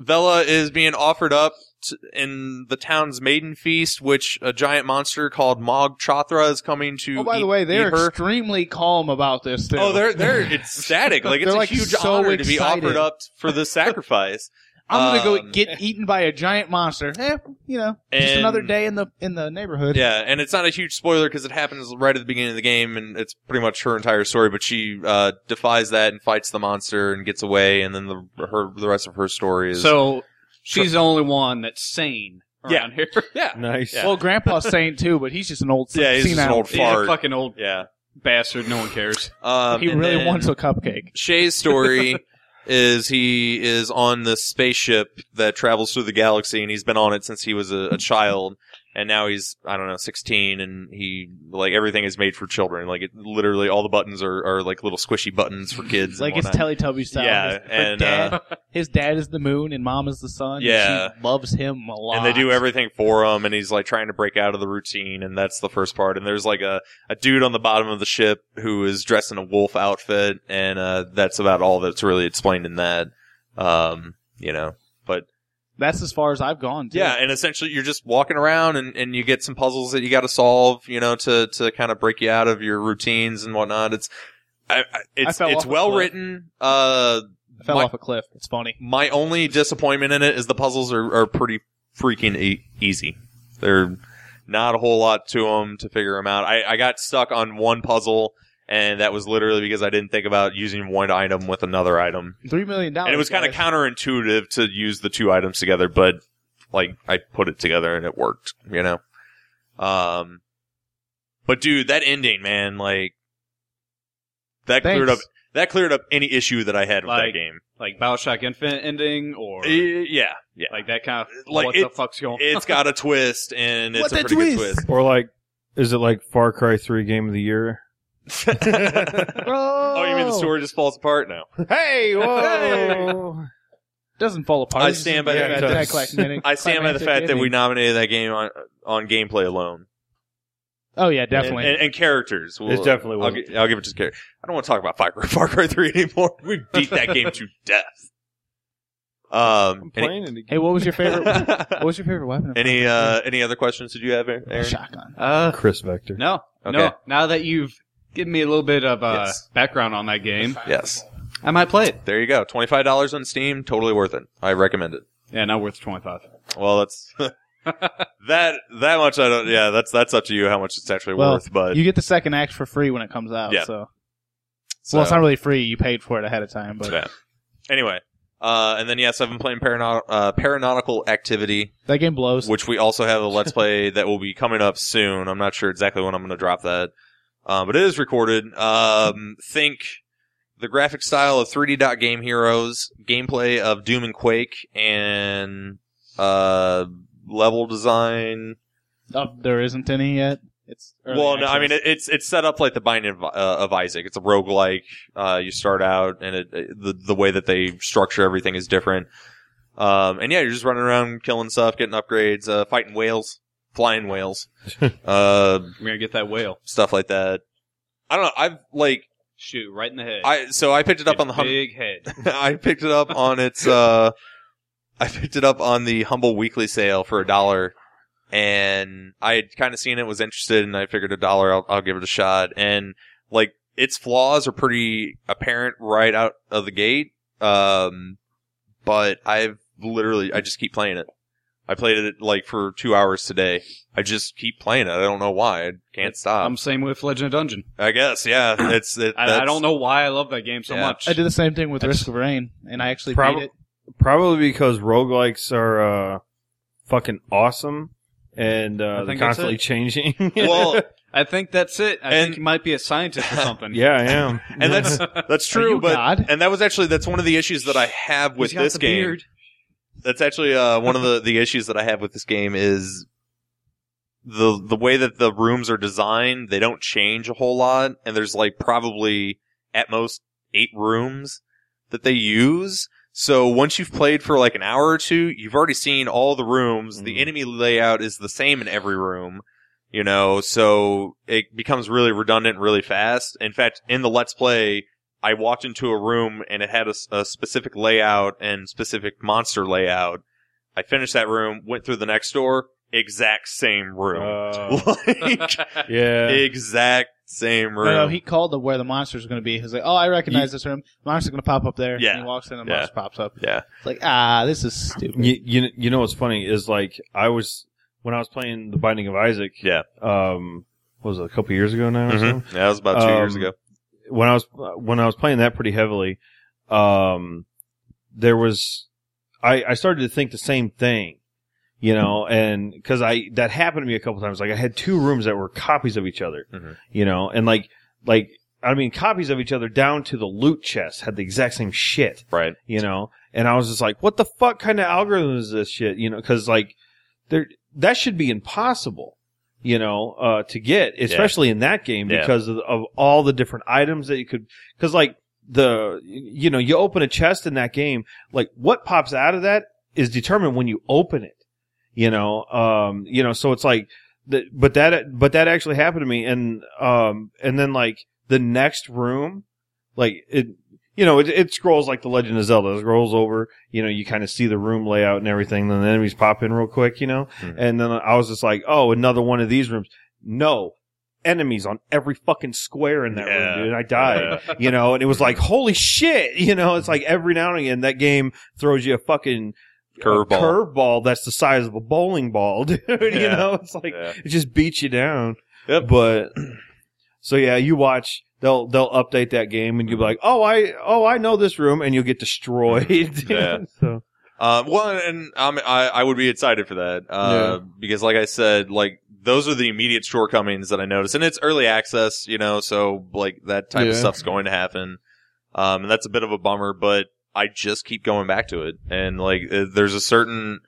S1: Vela is being offered up t in the town's maiden feast, which a giant monster called Mog Chthra is coming to.
S6: Oh, by
S1: eat-
S6: the way,
S1: eat
S6: they're
S1: her.
S6: extremely calm about this. Too.
S1: Oh, they're they're ecstatic. Like it's
S6: They're,
S1: a
S6: like,
S1: huge
S6: so
S1: honor to be
S6: excited.
S1: offered up for the sacrifice.
S6: I'm gonna
S1: Um,
S6: go get eaten by a giant monster. Eh, you know, just
S1: And-
S6: another day in the in the neighborhood.
S1: Yeah, and it's not a huge spoiler because it happens right at the beginning of the game, and it's pretty much her entire story. But she uh, defies that and fights the monster and gets away, and then the her the rest of her story is
S7: So she's the only one that's sane around here.
S1: yeah,
S9: nice.
S1: Yeah.
S6: Well, Grandpa's saying too, but he's just an old
S1: yeah, he's just an
S6: senile.
S1: old
S7: He's a
S1: fart.
S7: fucking old
S1: yeah,
S7: bastard. No one cares.
S1: um,
S6: He
S1: and
S6: really
S1: then
S6: wants a cupcake.
S1: Shay's story is he is on the spaceship that travels through the galaxy, and he's been on it since he was a, a child, and now he's I don't know sixteen, and he like everything is made for children. Like it, literally, all the buttons are, are like little squishy buttons for kids.
S6: Like
S1: and
S6: it's
S1: whatnot.
S6: Teletubby style.
S1: Yeah,
S6: His- her
S1: and, uh,
S6: dad, his dad is the moon and mom is the sun. and
S1: Yeah.
S6: she loves him a lot.
S1: and they do everything for him and he's like trying to break out of the routine and that's the first part and there's like a, a dude on the bottom of the ship who is dressed in a wolf outfit and uh, that's about all that's really explained in that um, you know
S6: That's as far as I've gone. Too.
S1: yeah and essentially you're just walking around and, and you get some puzzles that you got to solve you know to, to kind of break you out of your routines and whatnot it's I, I, it's
S6: fell
S1: it's
S6: off a
S1: well
S6: cliff.
S1: written uh,
S6: I fell
S1: my-
S6: off a cliff. It's funny.
S1: my only disappointment in it is the puzzles are, are pretty freaking e- easy. They're not a whole lot to them to figure them out. I, I got stuck on one puzzle, and that was literally because I didn't think about using one item with another item.
S6: Three million dollars.
S1: and it was kind of
S6: guys.
S1: counterintuitive to use the two items together, but like I put it together and it worked, you know? Um, but dude, that ending, man, like that cleared up
S6: Thanks.
S1: that cleared up any issue that I had with that
S7: Like,
S1: game.
S7: Like Bioshock Infinite ending, or
S1: Eh, yeah, yeah.
S7: like that kind of
S1: Like,
S7: what
S1: it-
S7: the fuck's going?
S1: it's got a twist and it's
S6: What
S1: a
S6: the
S1: pretty
S6: twist?
S9: Or like, is it like Far Cry Three Game of the Year?
S1: good twist. oh, you mean the story just falls apart now?
S9: Hey,
S6: whoa. doesn't fall apart.
S1: I
S6: It's
S1: stand
S6: just
S1: by
S6: a
S1: that.
S6: very anticlimactic-
S1: I stand by the fact that we nominated that game on on gameplay alone.
S6: Oh yeah, definitely.
S1: And, and, and characters. Well,
S9: It definitely
S1: I'll,
S9: wasn't.
S1: gi- I'll give it to characters. I don't want to talk about Far Cry, Far Cry 3 anymore. We beat that game to death. Um,
S9: I'm
S1: any,
S9: playing it again.
S6: hey, what was your favorite? what was your favorite weapon?
S1: any, uh, any other questions did you have, Aaron?
S6: Shotgun.
S7: Uh,
S9: Chris Vector.
S7: no,
S1: Okay.
S7: no. Now that you've given me a little bit of uh,
S1: Yes.
S7: background on that game,
S1: Yes.
S7: I might play it.
S1: There you go. $25 on Steam. Totally worth it. I recommend it.
S7: Yeah, not worth twenty five.
S1: Well, that's that that much. I don't. Yeah, that's that's up to you how much it's actually
S6: Well,
S1: worth. But
S6: You get the second act for free when it comes out.
S1: Yeah.
S6: So.
S1: so,
S6: well, it's not really free. You paid for it ahead of time, but
S1: yeah. Anyway, uh, and then yes, I've been playing Paranaut- uh, Paranautical Activity,
S6: that game blows.
S1: which we also have a let's play that will be coming up soon. I'm not sure exactly when I'm going to drop that, uh, but it is recorded. Um, think the graphic style of 3D dot game heroes, gameplay of Doom and Quake, and uh, level design.
S6: Oh, there isn't any yet. It's early
S1: well, no, I
S6: access.
S1: mean it, it's it's set up like the Binding of, uh, of Isaac. It's a roguelike. Uh, you start out, and it, it- the the way that they structure everything is different. Um, and yeah, you're just running around killing stuff, getting upgrades, uh, fighting whales, flying whales, uh,
S7: I'm gonna get that whale.
S1: stuff like that. I don't know. I've like
S7: Shoot right in the head.
S1: I so I picked it up on the Uh, hum-
S7: big head.
S1: I picked it up on its uh I picked it up on the Humble Weekly sale for a dollar and I had kind of seen it was interested and I figured a dollar I'll, I'll give it a shot and like its flaws are pretty apparent right out of the gate um but I've literally I just keep playing it. I I played it like for two hours today. I just keep playing it. I don't know why. I can't stop.
S7: I'm same with Legend of Dungeon.
S1: I guess, yeah. It's it,
S7: I, I
S1: that's-
S7: don't know why I love that game so
S1: Yeah.
S7: much.
S6: I did the same thing with Risk of Rain, and I actually
S4: Prob-
S6: beat it.
S4: Probably because roguelikes are uh, fucking awesome and uh, they're
S7: I think that's
S4: constantly
S7: it.
S4: changing.
S1: Well,
S7: I think that's it. I
S1: And-
S7: think you might be a scientist or something.
S4: yeah, I am.
S1: and that's that's
S6: Are
S1: true.
S6: you
S1: But
S6: God?
S1: and that was actually that's one of the issues that I have with
S7: He's got
S1: this
S7: the
S1: game.
S7: beard.
S1: That's actually uh, one of the the issues that I have with this game is the the way that the rooms are designed. They don't change a whole lot, and there's like probably at most eight rooms that they use. So once you've played for like an hour or two, you've already seen all the rooms.
S7: Mm-hmm.
S1: The enemy layout is the same in every room, you know, so it becomes really redundant really fast. In fact, in the Let's Play, I walked into a room and it had a, s- a specific layout and specific monster layout. I finished that room, went through the next door, exact same room.
S4: Uh,
S1: like,
S4: yeah.
S1: exact same room.
S6: No, no, he called the where the monster's going to be. He's like, "Oh, I recognize this room. Monster's going to pop up there."
S1: Yeah.
S6: And he walks in, and the
S1: Yeah.
S6: monster pops up.
S1: Yeah.
S6: It's like, ah, this is stupid.
S4: you, you you know what's funny is like I was when I was playing The Binding of Isaac.
S1: Yeah.
S4: Um, what was it a couple years ago now? Or something?
S1: Mhm. Yeah, that was about two
S4: Um,
S1: years ago.
S4: when I was when I was playing that pretty heavily, um, there was I I started to think the same thing, you know, and because I that happened to me a couple times. Like I had two rooms that were copies of each other,
S1: Mhm.
S4: you know, and like like I mean copies of each other down to the loot chest had the exact same shit,
S1: Right.
S4: you know, and I was just like, what the fuck kind of algorithm is this shit, you know, because like there that should be impossible. You know, uh, to get, especially in that game,
S1: Yeah.
S4: because of, of all the different items that you could because like the you know you open a chest in that game like what pops out of that is determined when you open it you know um you know so it's like the, but that but that actually happened to me and um and then like the next room like it you know it, it scrolls like the legend of zelda it scrolls over you know you kind of see the room layout and everything then the enemies pop in real quick you know
S1: Mhm.
S4: and then i was just like oh another one of these rooms no enemies on every fucking square in that
S1: Yeah.
S4: room dude and i died you know, and it was like, holy shit, you know, it's like every now and again that game throws you a fucking
S1: Curveball.
S4: curveball that's the size of a bowling ball, dude. You
S1: Yeah.
S4: know, it's like
S1: Yeah.
S4: it just beats you down.
S1: Yep.
S4: But so yeah, you watch they'll they'll update that game and you'll be like, oh I oh I know this room, and you'll get destroyed.
S1: Yeah.
S4: So
S1: Uh, well, and I'm, I I would be excited for that uh, because, like I said, like those are the immediate shortcomings that I noticed, and it's early access, you know, so like that type of
S6: Yeah.
S1: stuff's going to happen, um, and that's a bit of a bummer. But I just keep going back to it, and like uh, there's a certain,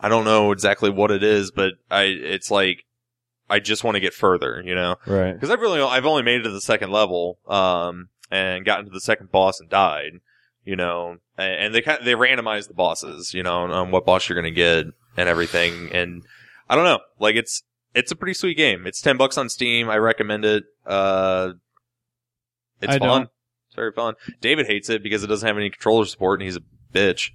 S1: I don't know exactly what it is, but I it's like I just want to get further, you know.
S4: right.
S1: Because I've really I've only made it to the second level, um, and gotten to the second boss and died, you know. And, and they kind they randomize the bosses, you know, on, on what boss you're gonna get and everything. And I don't know, like it's it's a pretty sweet game. It's ten bucks on Steam. I recommend it. Uh, it's
S6: I
S1: fun.
S6: don't.
S1: It's very fun. David hates it because it doesn't have any controller support, and he's a bitch.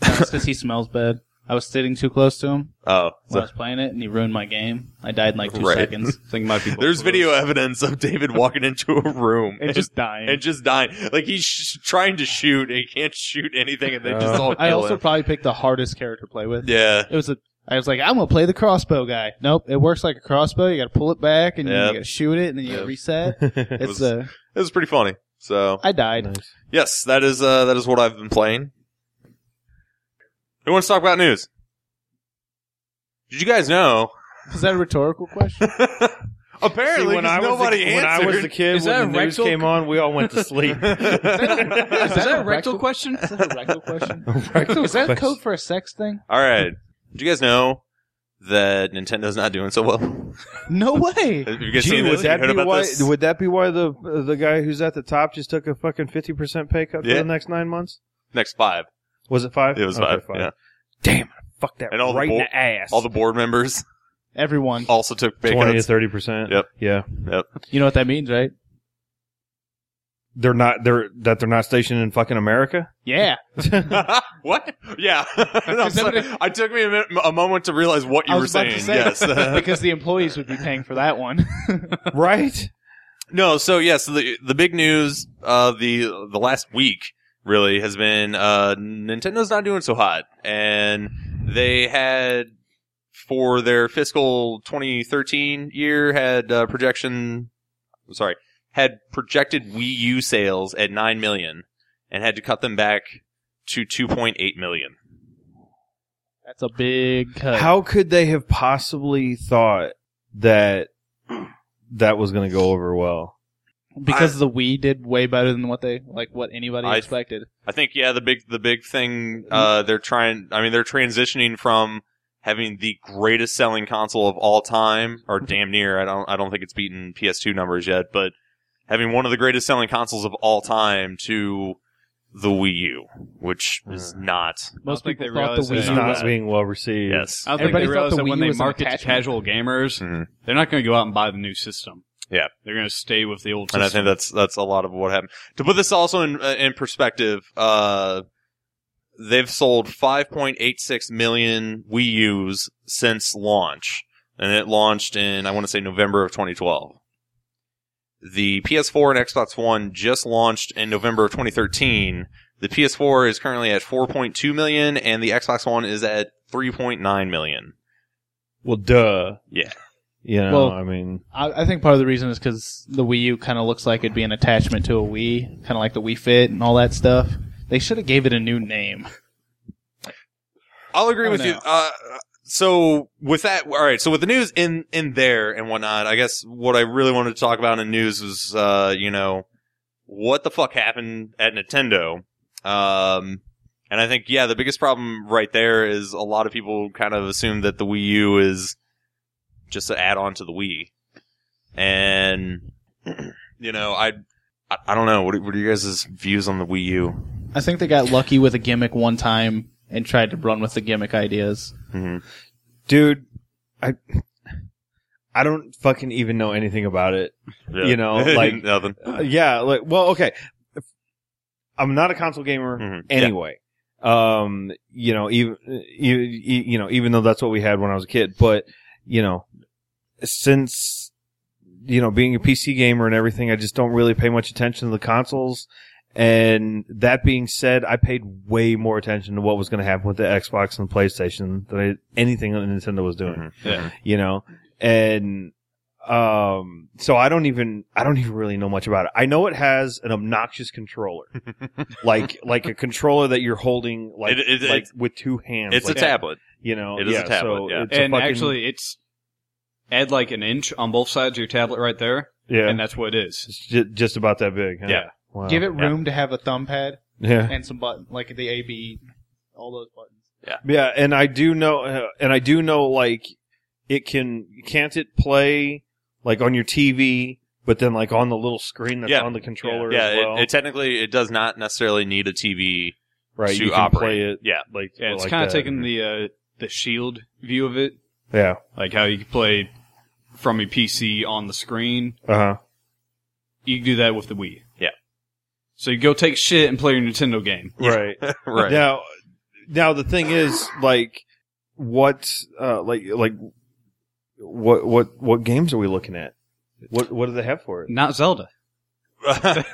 S6: because he smells bad. I was sitting too close to him
S1: Oh,
S6: when I was playing it, and he ruined my game. I died in like two
S1: Right.
S6: seconds.
S7: I think it might be. both
S1: there's
S7: of those.
S1: video evidence of David walking into a room
S6: And just dying.
S1: and just dying. Like he's sh- trying to shoot, and he can't shoot anything, and they just
S4: Uh,
S1: all kill
S6: I also
S1: him.
S6: probably picked the hardest character to play with.
S1: Yeah,
S6: It was a. I was like, I'm gonna play the crossbow guy. Nope, it works like a crossbow. You gotta pull it back, and
S1: Yep.
S6: you gotta shoot it, and then you gotta
S1: Yep.
S6: reset.
S1: It
S6: It's
S1: was-
S6: uh,
S1: it was pretty funny. So
S6: I died.
S1: yes, that is uh, that is what I've been playing. Who wants to talk about news? Did you guys know?
S6: Is that a rhetorical question?
S1: Apparently,
S4: when
S1: 'cause
S4: I was
S1: nobody
S4: a, when I was a
S1: answered.
S4: kid,
S7: Is that
S4: when the
S7: a
S4: news
S7: rectal-
S4: came on, we all went to sleep.
S7: Is that a
S6: rectal-
S7: rectal question?
S6: Is that a rectal question?
S4: Rectal
S6: Is that
S4: question.
S6: code for a sex thing?
S1: All right. Did you guys know that Nintendo's not doing so well?
S6: No way.
S1: Have you guys
S4: Gee,
S1: seen this?
S4: would
S1: You
S4: that
S1: heard
S4: be
S1: about
S4: why?
S1: this?
S4: Would that be why the the guy who's at the top just took a fucking fifty percent pay cut for
S1: Yeah.
S4: the next nine months?
S1: Next five.
S4: Was it five?
S1: It was
S4: Okay,
S1: five. Yeah.
S4: Damn, I fucked that
S1: And all the
S4: right in
S1: bo-
S4: the ass.
S1: All the board members
S6: Everyone.
S1: also took pay
S4: twenty to
S1: cuts.
S4: thirty percent.
S1: Yep.
S4: Yeah,
S6: You know what that means, right?
S4: they're not. They're that they're not stationed in fucking America.
S6: Yeah.
S1: what? Yeah. I'm sorry.
S6: everybody-
S1: I took me a, min- a moment to realize what you
S6: I
S1: were
S6: was about
S1: saying.
S6: to say
S1: yes.
S6: because the employees would be paying for that one.
S4: right.
S1: No, so yes, the the big news uh the the last week really has been uh Nintendo's not doing so hot and They had for their fiscal 2013 year had uh, projection. I'm sorry, had projected Wii U sales at nine million and had to cut them back to 2.8 million.
S6: That's a big
S1: Uh,
S6: cut.
S4: How could they have possibly thought that that was going to go over well?
S6: because the Wii did way better than what they like what anybody
S1: I-
S6: expected.
S1: I think yeah, the big the big thing uh, they're trying. I mean, they're transitioning from having the greatest selling console of all time, or damn near. I don't I don't think it's beaten PS2 numbers yet, but having one of the greatest selling consoles of all time to the Wii U, which is not.
S6: Most
S7: think
S6: people
S7: they
S6: thought the
S7: realized that.
S6: Wii
S4: It's
S6: U
S7: Yeah.
S4: not
S6: was
S4: being well received.
S1: Yes.
S7: I don't think
S6: Everybody
S7: they
S6: thought
S7: realize
S6: the
S7: that when
S6: Wii
S7: they
S6: was an
S7: market to
S6: attachment.
S7: casual gamers,
S1: Mhm.
S7: they're not going to go out and buy the new system.
S1: Yeah.
S7: they're going to stay with the old
S1: And
S7: system.
S1: I think that's that's a lot of what happened. To put this also in uh, in perspective, uh, they've sold 5.86 million Wii U's since launch, and it launched in I want to say November of 2012. The PS4 and Xbox One just launched in November of 2013. The PS4 is currently at 4.2 million, and the Xbox One is at 3.9 million.
S4: Well, duh.
S1: Yeah.
S4: You know,
S6: Well-
S4: I mean,
S6: I, I think part of the reason is because the Wii U kind of looks like it'd be an attachment to a Wii, kind of like the Wii Fit and all that stuff. They should have gave it a new name.
S1: I'll agree
S6: Oh,
S1: with
S6: no.
S1: you. Uh, so with that, all right. So with the news in in there and whatnot, I guess what I really wanted to talk about in news was, uh, you know, what the fuck happened at Nintendo. Um, and I think yeah, the biggest problem right there is a lot of people kind of assume that the Wii U is just an add on to the Wii, and you know, I I, I don't know. What are, what are you guys' views on the Wii U?
S6: I think they got lucky with a gimmick one time and tried to run with the gimmick ideas.
S1: Mm-hmm.
S4: dude, I I don't fucking even know anything about it. You know, like-
S1: nothing.
S4: Uh, yeah, like well, okay. If- I'm not a console gamer
S1: Mhm. Yeah.
S4: anyway. Um, you know, even you, you you know, even though that's what we had when I was a kid, but you know, since you know being a PC gamer and everything, I just don't really pay much attention to the consoles. And that being said, I paid way more attention to what was going to happen with the Xbox and PlayStation than I did anything that Nintendo was
S1: Mm-hmm.
S4: doing you know and um so i don't even i don't even really know much about it i know it has an obnoxious controller like like a controller that you're holding like,
S1: It- it-
S4: like
S1: it's-
S4: with two hands
S1: It's a
S4: like,
S1: tablet.
S4: you know
S1: it is a
S4: yeah, so
S1: tablet, yeah.
S4: it's a
S7: and
S4: fucking-
S7: actually, it's add like an inch on both sides of your tablet right there,
S4: yeah
S7: and that's what it is.
S4: it's ju- just about that big huh?
S7: Yeah.
S4: wow.
S6: Give it room to have a thumb pad
S4: yeah
S6: and some button, like the A B, all those buttons.
S4: Yeah, and I do know, uh, and I do know, like it can can't it play like on your TV, but then like on the little screen that's
S1: Yeah.
S4: on the controller
S1: Yeah,
S4: as well.
S1: it, it technically it does not necessarily need a TV
S4: right,
S1: to
S4: you can
S1: operate.
S4: play it
S1: Yeah,
S4: like
S7: Yeah, it's
S4: like
S7: kind of
S4: that.
S7: taking the uh, the shield view of it,
S4: yeah,
S7: like how you can play from a PC on the screen.
S4: uh huh,
S7: You can do that with the Wii.
S1: Yeah.
S7: So you go take shit and play your Nintendo game.
S4: right.
S1: right.
S4: Now, now the thing is, like, what, uh, like, like, what, what, what games are we looking at? What, what do they have for it?
S7: Not Zelda. That's,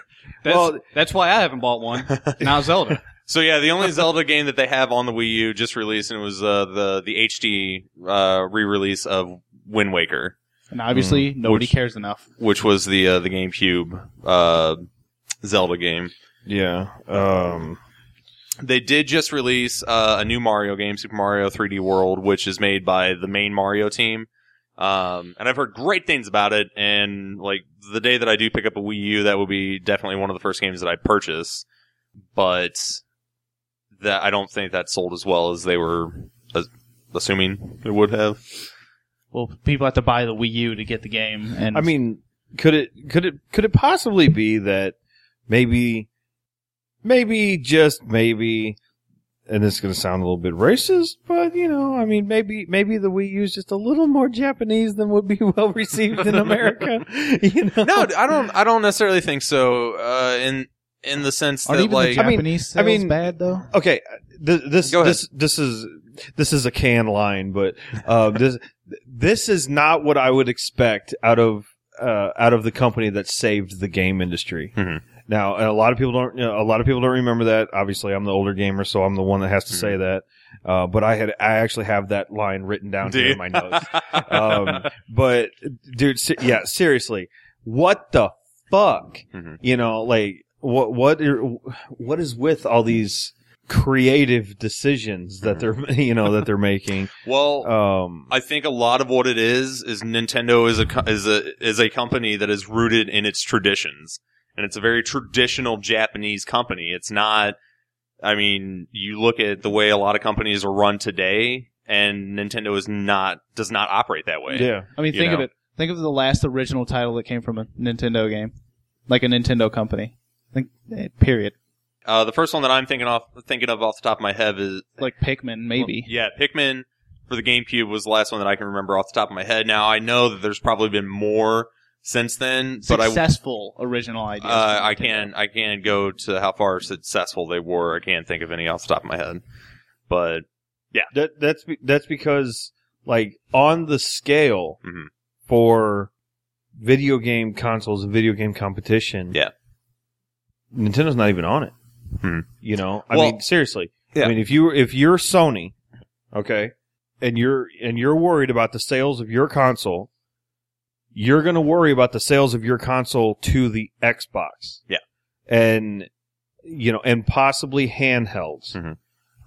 S4: Well-
S7: that's why I haven't bought one. Not Zelda.
S1: so yeah, the only Zelda game that they have on the Wii U just released and it was uh, the the HD uh, re-release of Wind Waker,
S6: And obviously, nobody
S1: Which-
S6: cares enough.
S1: which was the uh, the GameCube uh, Zelda game.
S4: Yeah. Um.
S1: They did just release uh, a new Mario game, Super Mario 3D World, which is made by the main Mario team. Um, and I've heard great things about it. And like the day that I do pick up a Wii U, that will be definitely one of the first games that I purchase. But that I don't think that sold as well as they were as, assuming it would have.
S6: Well, people have to buy the Wii U to get the game. And
S4: I mean, could it, could it, could it possibly be that maybe, maybe just maybe, and this is going to sound a little bit racist, but you know, I mean, maybe, maybe the Wii U's just a little more Japanese than would be well received in America. you know,
S1: No, I don't. I don't necessarily think so. Uh, in in the sense
S6: are
S1: that
S6: even
S1: like
S6: the
S4: I mean-
S6: Japanese
S4: I
S6: sales
S4: mean-
S6: bad though?
S4: okay uh, th- this
S1: Go ahead.
S4: this this is this is a can line but uh, this this is not what i would expect out of uh, out of the company that saved the game industry
S1: Mhm.
S4: Now, a lot of people don't. You know, a lot of people don't remember that. Obviously, I'm the older gamer, so I'm the one that has to
S1: Mm-hmm.
S4: say that. Uh, but I had, I actually have that line written down
S1: Do
S4: here
S1: you?
S4: in my notes. um, but dude, se- yeah, seriously, what the fuck?
S1: Mhm.
S4: You know, like what what are, what is with all these creative decisions that they're you know that they're making?
S1: well,
S6: Uh,
S4: Um,
S1: I think a lot of what it is is Nintendo is a co- is a is a company that is rooted in its traditions, and it's a very traditional Japanese company. It's not. I mean, you look at the way a lot of companies are run today, and Nintendo is not does not operate that way.
S4: yeah,
S6: I mean,
S1: You
S6: think of
S1: know.
S6: it. Think of the last original title that came from a Nintendo game, like a Nintendo company. Think, eh, period.
S1: Uh, the first one that I'm thinking off thinking of off the top of my head is
S6: Like Pikmin, maybe.
S1: yeah, Pikmin for the GameCube was the last one that I can remember off the top of my head. Now I know that there's probably been more since then, but I
S6: Successful original idea.
S1: Uh, I can I can go to how far successful they were. I can't think of any off the top of my head, but
S4: that that's be- that's because like on the scale
S1: Mhm.
S4: for video game consoles and video game competition,
S1: Yeah.
S4: Nintendo's not even on it.
S1: Hmm.
S4: You know, I
S1: Well-
S4: mean, seriously.
S1: Yeah.
S4: I mean, if you if you're Sony, okay, and you're and you're worried about the sales of your console, you're going to worry about the sales of your console to the Xbox.
S1: Yeah.
S4: and you know, and possibly handhelds.
S1: Mhm.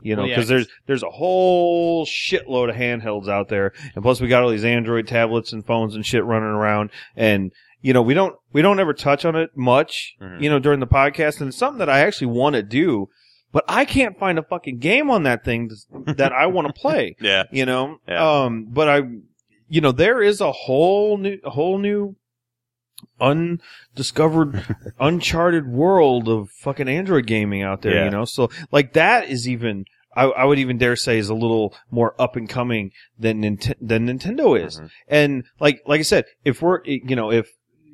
S4: You know,
S6: Well, yeah,
S4: because there's there's a whole shitload of handhelds out there, and plus we got all these Android tablets and phones and shit running around, and you know we don't we don't ever touch on it much,
S1: Mhm.
S4: you know, during the podcast, and it's something that I actually want to do, but I can't find a fucking game on that thing that's- that I want to play,
S1: yeah,
S4: you know,
S1: Yeah.
S4: um, but I, you know, there is a whole new a whole new undiscovered uncharted world of fucking android gaming out there
S1: Yeah.
S4: you know so like that is even I, I would even dare say is a little more up and coming than Nint- than Nintendo is. And like like I said, if we're eh, you know if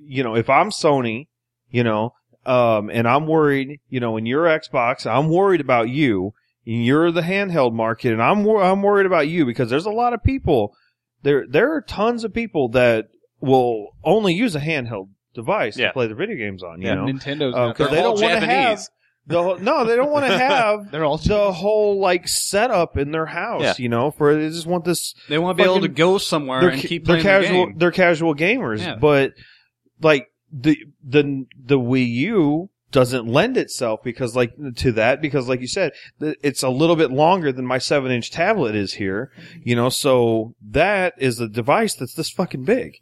S4: you know if I'm Sony, you know, um, and I'm worried, you know, in your Xbox, I'm worried about you. And you're the handheld market, and I'm wor- I'm worried about you because there's a lot of people. There there are tons of people that will only use a handheld device
S1: Yeah.
S4: to play their video games on. You
S1: Yeah.
S4: know,
S6: Nintendo's
S4: Uh,
S6: not
S4: 'cause
S1: They're
S6: there.
S4: they
S1: all
S4: don't wanna
S1: Japanese.
S4: the whole, no, they don't want to have
S6: They're all
S4: the whole like setup in their house.
S1: Yeah.
S4: You know, for they just want this
S7: They want to be able to
S4: Fucking-
S7: go somewhere
S4: they're
S7: and
S4: ca-
S7: keep
S4: they're
S7: playing their
S4: casual
S7: game.
S4: they're casual gamers
S7: Yeah.
S4: but like the the the Wii U doesn't lend itself because like to that because like you said th- it's a little bit longer than my 7 inch tablet is here you know so that is a device that's this fucking big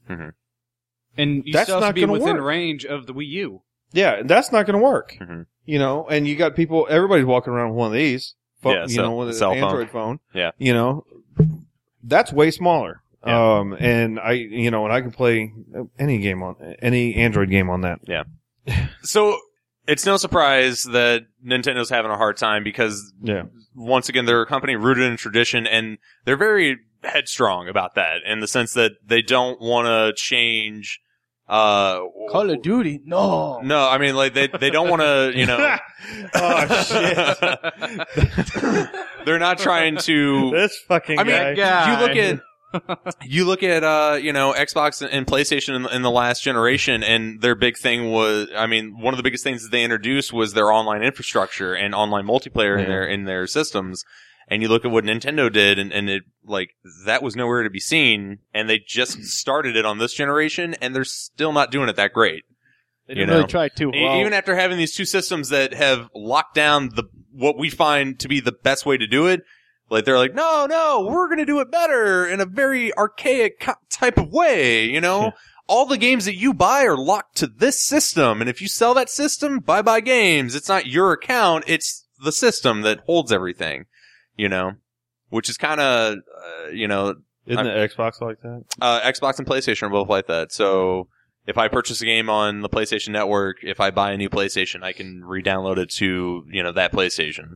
S7: And you
S4: That's
S7: still have
S4: not
S7: to be
S4: gonna
S7: within
S4: work.
S7: range of the Wii U.
S4: yeah and that's not going to work
S1: Mhm.
S4: you know and you got people everybody's walking around with one of these pho-
S1: Yeah,
S4: you
S1: cell-
S4: know with an
S1: cell phone.
S4: android phone.
S1: Yeah.
S4: you know that's way smaller um and i you know and i can play any game on any android game on that
S1: So it's no surprise that Nintendo's having a hard time because
S4: Yeah.
S1: once again they're a company rooted in tradition and they're very headstrong about that in the sense that they don't want to change. Uh,
S6: Call of Duty. No.
S1: no, I mean like they they don't want to you know.
S4: oh shit.
S1: they're not trying to
S4: this fucking
S1: I mean,
S4: guy.
S1: you look at you look at uh, you know Xbox and- and PlayStation in, the- in the last generation, and their big thing was, I mean, one of the biggest things that they introduced was their online infrastructure and online multiplayer in
S4: Yeah.
S1: their in their systems. And you look at what Nintendo did, and, and it like that was nowhere to be seen, and they just started it on this generation, and they're still not doing it that great.
S6: They
S1: you
S6: didn't
S1: know.
S6: really try too
S1: E-
S6: well.
S1: Even after having these two systems that have locked down the what we find to be the best way to do it, like they're like, no, no, we're gonna do it better in a very archaic co- type of way. You know, all the games that you buy are locked to this system, and if you sell that system, bye bye games. It's not your account; it's the system that holds everything. You know, which is kind of uh, you know
S4: Isn't the Xbox like that?
S1: uh, Xbox and PlayStation are both like that. So if I purchase a game on the PlayStation Network, if I buy a new PlayStation, I can re-download it to you know that PlayStation.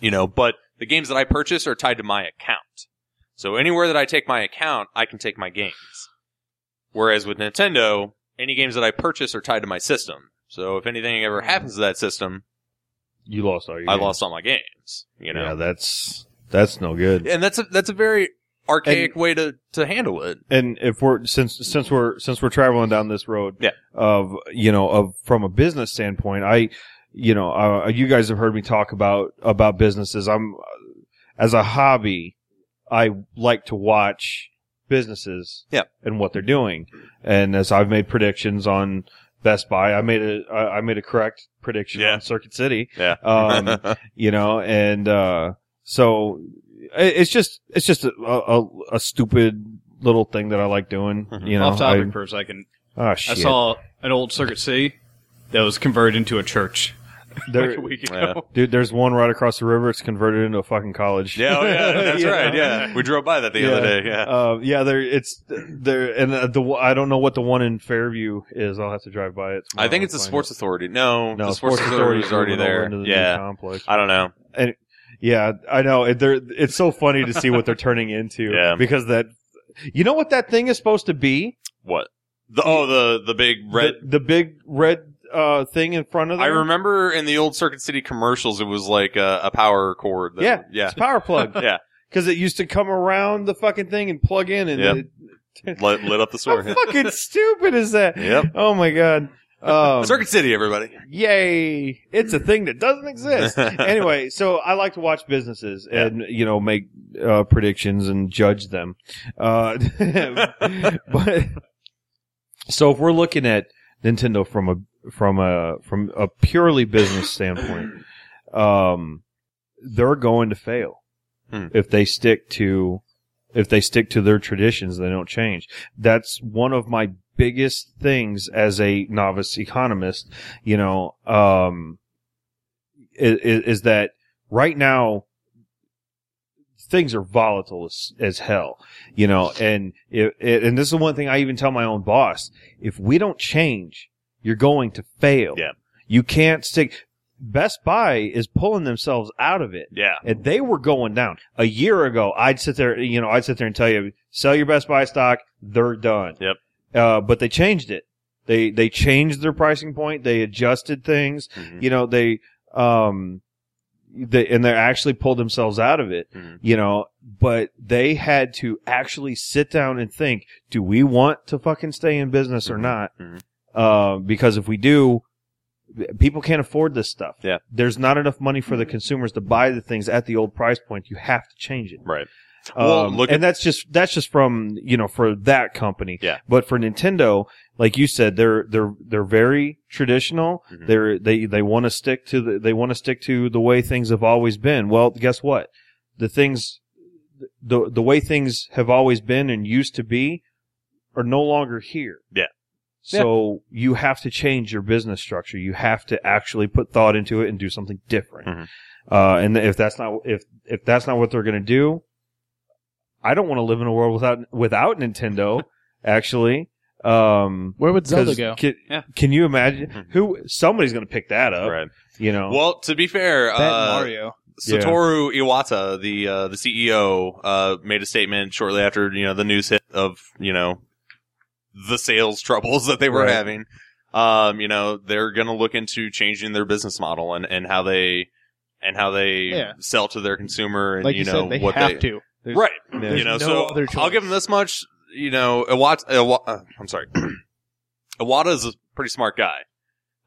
S1: You know, but the games that I purchase are tied to my account. So anywhere that I take my account, I can take my games. Whereas with Nintendo, any games that I purchase are tied to my system. So if anything ever happens to that system,
S4: You lost all your
S1: I
S4: games.
S1: lost all my games. You know,
S4: Yeah, that's that's no good.
S1: and that's a that's a very archaic way to, to handle it.
S4: and if we're since since we're since we're traveling down this road
S1: Yeah.
S4: of you know of from a business standpoint i you know uh, you guys have heard me talk about about businesses i'm uh, as a hobby i like to watch businesses
S1: Yeah.
S4: and what they're doing and as i've made predictions on best buy i made a i I made a correct prediction
S1: Yeah.
S4: on circuit city
S1: Yeah.
S4: um, you know, and uh, so i- it's just it's just a, a, a stupid little thing that I like doing.
S1: Mhm.
S4: You know,
S7: Off topic
S4: I,
S7: for a second.
S4: oh shit,
S7: I saw an old Circuit C that was converted into a church
S4: There-
S7: like a week ago.
S1: Yeah.
S4: dude. There's one right across the river. It's converted into a fucking college.
S1: yeah, oh, yeah, that's
S4: Yeah.
S1: right. Yeah, we drove by that the
S4: Yeah.
S1: other day. Yeah,
S4: Uh, yeah, there it's there, and uh, the one- I don't know what the one in Fairview is. I'll have to drive by it.
S1: I
S4: tomorrow
S1: think
S4: and
S1: it's the
S4: find
S1: Sports Authority. No,
S4: out. No,
S1: the Sports, Authority is already
S4: moving over
S1: there.
S4: into the new
S1: yeah,
S4: complex.
S1: I don't know.
S4: Yeah, I know. It, they're, it's so funny to see what they're turning into.
S1: Yeah.
S4: Because that, you know what that thing is supposed to be?
S1: What? The, oh, the the big red.
S4: The, the big red uh, thing in front of them.
S1: I remember in the old Circuit City commercials, it was like a, a power cord. That,
S4: Yeah.
S1: yeah.
S4: It's a power plug.
S1: Yeah.
S4: Because it used to come around the fucking thing and plug in and
S1: Yep.
S4: it-
S1: Lit, lit up the
S4: how
S1: store.
S4: fucking stupid is that?
S1: Yep.
S4: Oh my god. Um,
S1: Circuit City, everybody.
S4: yay! It's a thing that doesn't exist. anyway, so I like to watch businesses and you know make uh, predictions and judge them. Uh, but so if we're looking at Nintendo from a from a from a purely business standpoint, um, they're going to fail
S1: Hmm.
S4: if they stick to if they stick to their traditions. They don't change. That's one of my biggest things as a novice economist you know, um, is, is that right now things are volatile as, as hell, you know, and it, it, and this is one thing I even tell my own boss: if we don't change, you're going to fail.
S1: Yeah.
S4: you can't stick. Best Buy is pulling themselves out of it
S1: Yeah.
S4: and they were going down a year ago. I'd sit there, you know, I'd sit there and tell you, sell your Best Buy stock. They're done.
S1: Yep.
S4: Uh, but they changed it. They they changed their pricing point. They adjusted things.
S1: Mm-hmm.
S4: You know, they um, they and they actually pulled themselves out of it.
S1: Mhm.
S4: Mm-hmm. You know, but they had to actually sit down and think: Do we want to fucking stay in business or
S1: Mhm.
S4: not?
S1: Mhm.
S4: Uh, because if we do, people can't afford this stuff.
S1: Yeah.
S4: There's not enough money for the consumers to buy the things at the old price point. You have to change it.
S1: Right.
S4: Um,
S1: Well, look
S4: and
S1: at-
S4: that's just that's just from you know for that company.
S1: Yeah.
S4: But for Nintendo, like you said, they're they're they're very traditional.
S1: Mhm.
S4: They're they they want to stick to the they want to stick to the way things have always been. Well, guess what? The things the the way things have always been and used to be are no longer here.
S1: Yeah.
S4: So you have to change your business structure. You have to actually put thought into it and do something different.
S1: Mhm.
S4: Uh, and if that's not if if that's not what they're going to do, I don't want to live in a world without without Nintendo. actually, um,
S6: Where would
S4: 'cause
S6: Zelda go?
S4: Can,
S7: Yeah.
S4: can you imagine
S1: Mhm.
S4: who somebody's going to pick that up?
S1: Right.
S4: You know.
S1: Well, to be fair,
S6: That and
S1: uh,
S6: Mario.
S4: Yeah.
S1: Satoru Iwata, the uh, the CEO, uh, made a statement shortly after you know the news hit of you know the sales troubles that they were
S4: Right.
S1: having. Um, you know they're going to look into changing their business model and, and how they and how they
S6: Yeah.
S1: sell to their consumer and
S6: Like you,
S1: you know
S6: said, they
S1: what
S6: have
S1: they
S6: to. There's-
S1: right.
S4: there's
S1: you know,
S6: no
S1: so
S6: other
S1: I'll give
S6: choice.
S1: them this much. You know, Iwata, Iwa, uh, I'm sorry, Iwata is a pretty smart guy.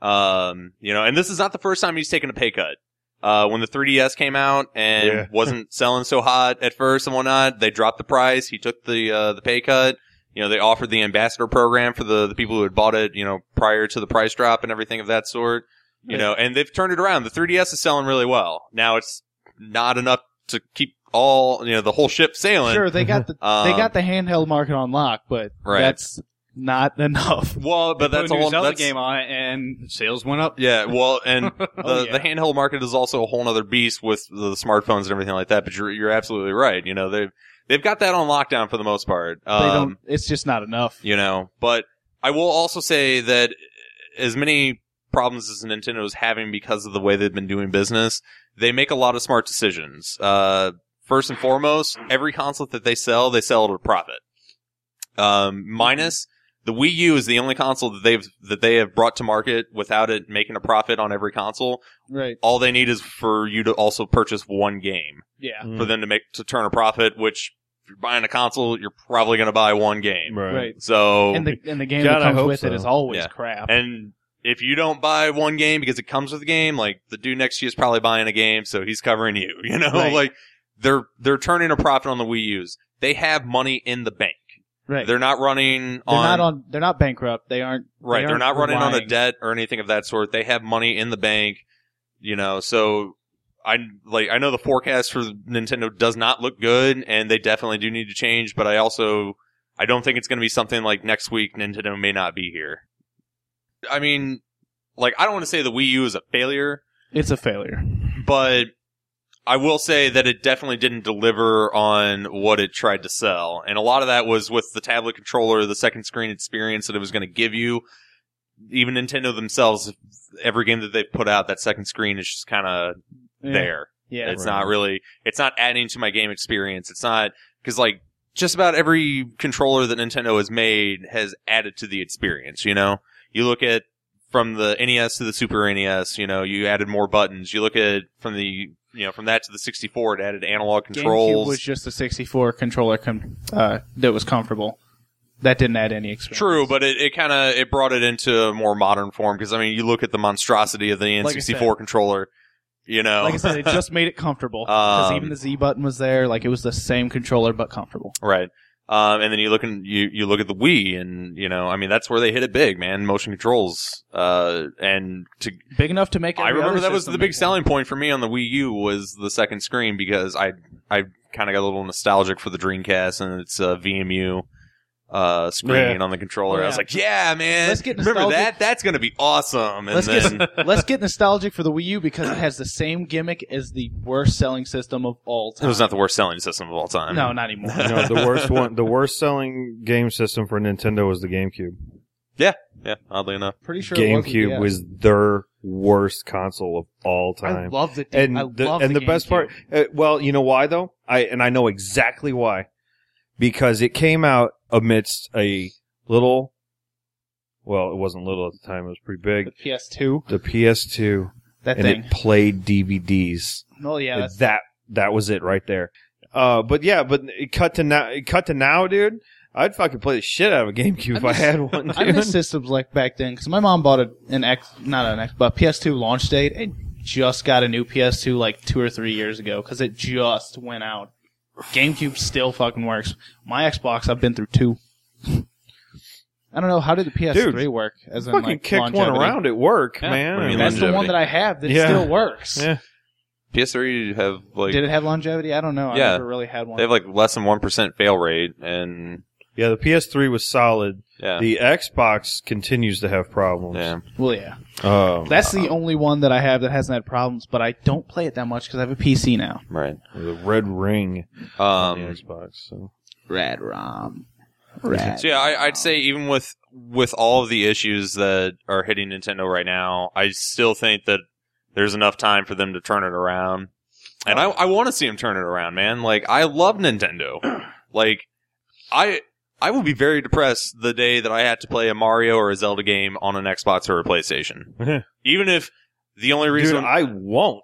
S1: Um, you know, and this is not the first time he's taken a pay cut. Uh, when the 3DS came out and
S4: Yeah.
S1: wasn't selling so hot at first and whatnot, they dropped the price. He took the uh, the pay cut. You know, they offered the ambassador program for the the people who had bought it. You know, prior to the price drop and everything of that sort. You know, and they've turned it around. The 3DS is selling really well now. It's not enough to keep all you know the whole ship sailing.
S6: Sure, they got the
S1: Um,
S6: they got the handheld market on lock, but
S1: Right.
S6: that's not enough.
S1: well, but
S7: Put
S1: that's
S7: a
S1: a
S7: new
S1: whole
S7: Zelda
S1: that's,
S7: game on it, and sales went up.
S1: Yeah, well, and the,
S7: Oh, yeah.
S1: the handheld market is also a whole other beast with the smartphones and everything like that. But you're you're absolutely right. You know they've they've got that on lockdown for the most part. Um,
S6: they don't. It's just not enough.
S1: you know. But I will also say that as many problems as Nintendo is having because of the way they've been doing business, they make a lot of smart decisions. Uh, first and foremost, every console that they sell, they sell at a profit. Um, minus the Wii U is the only console that they've that they have brought to market without it making a profit on every console.
S6: Right.
S1: All they need is for you to also purchase one game
S6: Yeah.
S4: Mm. Hmm.
S1: for them to make to turn a profit, which if you're buying a console, you're probably going to buy one game.
S4: Right.
S1: So
S6: And the and the game
S4: God, I
S6: that comes
S4: hope
S6: with it
S4: so.
S6: is always
S1: Yeah.
S6: crap.
S1: And if you don't buy one game because it comes with the game, like the dude next to you is probably buying a game, so he's covering you. You know,
S6: Right.
S1: like they're they're turning a profit on the Wii U's. They have money in the bank.
S6: right.
S1: They're not running
S6: They're
S1: on,
S6: not on. They're not bankrupt. They aren't.
S1: right.
S6: they
S1: They are
S6: aren't
S1: not running on a
S6: relying.
S1: debt or anything of that sort. They have money in the bank. You know, so I like I know the forecast for Nintendo does not look good, and they definitely do need to change. But I also I don't think it's going to be something like next week. Nintendo may not be here. I mean, like I don't want to say the Wii U is a failure,
S6: It's a failure.
S1: but I will say that it definitely didn't deliver on what it tried to sell. And a lot of that was with the tablet controller, the second screen experience that it was going to give you. Even Nintendo themselves, every game that they've put out, that second screen is just kind of
S6: Yeah.
S1: there.
S6: Yeah.
S1: It's not really, it's not adding to my game experience. It's not, cause like, just about every controller that Nintendo has made has added to the experience, you know? You look at from the NES to the Super NES, you know, you added more buttons. You look at from the, you know, from that to the 64, it added analog
S6: GameCube
S1: controls.
S6: was just a 64 controller com- uh, that was comfortable. That didn't add any experience.
S1: True, but it, it kind of it brought it into a more modern form because I mean you look at the monstrosity of the N64
S6: Like I said.
S1: controller, you know.
S6: like I said, it just made it comfortable because
S1: Um,
S6: even the Z button was there. Like it was the same controller but comfortable.
S1: Right. Um, and then you look and you, you look at the Wii and, you know, I mean, that's where they hit it big, man. Motion controls. Uh, and to,
S6: Big enough to make.
S1: I
S6: every
S1: remember
S6: other
S1: that was
S6: system
S1: the big
S6: make
S1: selling point for me on the Wii U was the second screen because I, I kind of got a little nostalgic for the Dreamcast and its, uh, VMU. Uh, screen on the controller. I was
S6: Oh, Yeah.
S1: like, "Yeah, man,
S6: Let's get
S1: remember
S6: nostalgic.
S1: that? That's gonna be awesome." And
S6: Let's get-
S1: then,
S6: one. Let's get nostalgic for the Wii U because it has the same gimmick as the worst selling system of all
S1: it
S6: time.
S1: was not the worst selling system of all time.
S6: no, not anymore.
S4: no, the worst one, the worst selling game system for Nintendo was the GameCube.
S1: yeah, oddly enough,
S6: Pretty sure it wasn't
S4: GameCube
S6: the, uh,
S4: was their worst console of all
S6: I
S4: time.
S6: loved it. dude.
S4: and
S6: I
S4: the,
S6: loved
S4: and the, best
S6: GameCube.
S4: part, uh, well, you know why though? I and I know exactly why, because it came out amidst a little. Well, it wasn't little at the time; it was pretty big.
S6: the PS2,
S4: The PS2,
S6: that
S4: and
S6: thing.
S4: it played DVDs.
S6: oh yeah, that's
S4: that that was it right there. Uh, but yeah, but it cut to now, it cut to now, dude. I'd fucking play the shit out of a GameCube if I
S6: miss-
S4: had one.
S6: I
S4: dude.
S6: missed systems like back then because my mom bought a, an X, not an X, but PS2 launch date and just got a new PS2 like two or three years ago because it just went out. GameCube still fucking works. My Xbox, I've been through two. I don't know how did the PS3
S4: Dude,
S6: work as in
S4: fucking
S6: like
S4: kicked
S6: longevity?
S4: one around at work,
S1: Yeah.
S4: man.
S1: What do you
S4: I
S1: mean
S4: mean,
S6: That's the one
S1: Longevity.
S6: that I have that
S4: Yeah.
S6: still works.
S4: Yeah.
S1: PS3 have like
S6: Did it have longevity? I don't know. I
S1: Yeah.
S6: never really had one.
S1: They have like less than one percent fail rate, and
S4: yeah, the PS3 was solid.
S1: yeah,
S4: The Xbox continues to have problems.
S1: yeah.
S6: well, yeah,
S4: Um,
S6: that's
S1: uh,
S6: the only one that I have that hasn't had problems. But I don't play it that much because I have a PC now.
S1: right.
S4: the red ring on the
S1: Um,
S4: Xbox. So.
S6: Rad ROM. Rad.
S1: so yeah, I, I'd say even with with all of the issues that are hitting Nintendo right now, I still think that there's enough time for them to turn it around, and
S4: Oh.
S1: I I want to see them turn it around, man. Like I love Nintendo, like I. I will be very depressed the day that I had to play a Mario or a Zelda game on an Xbox or a PlayStation. Even if the only
S4: Dude,
S1: reason,
S4: I won't.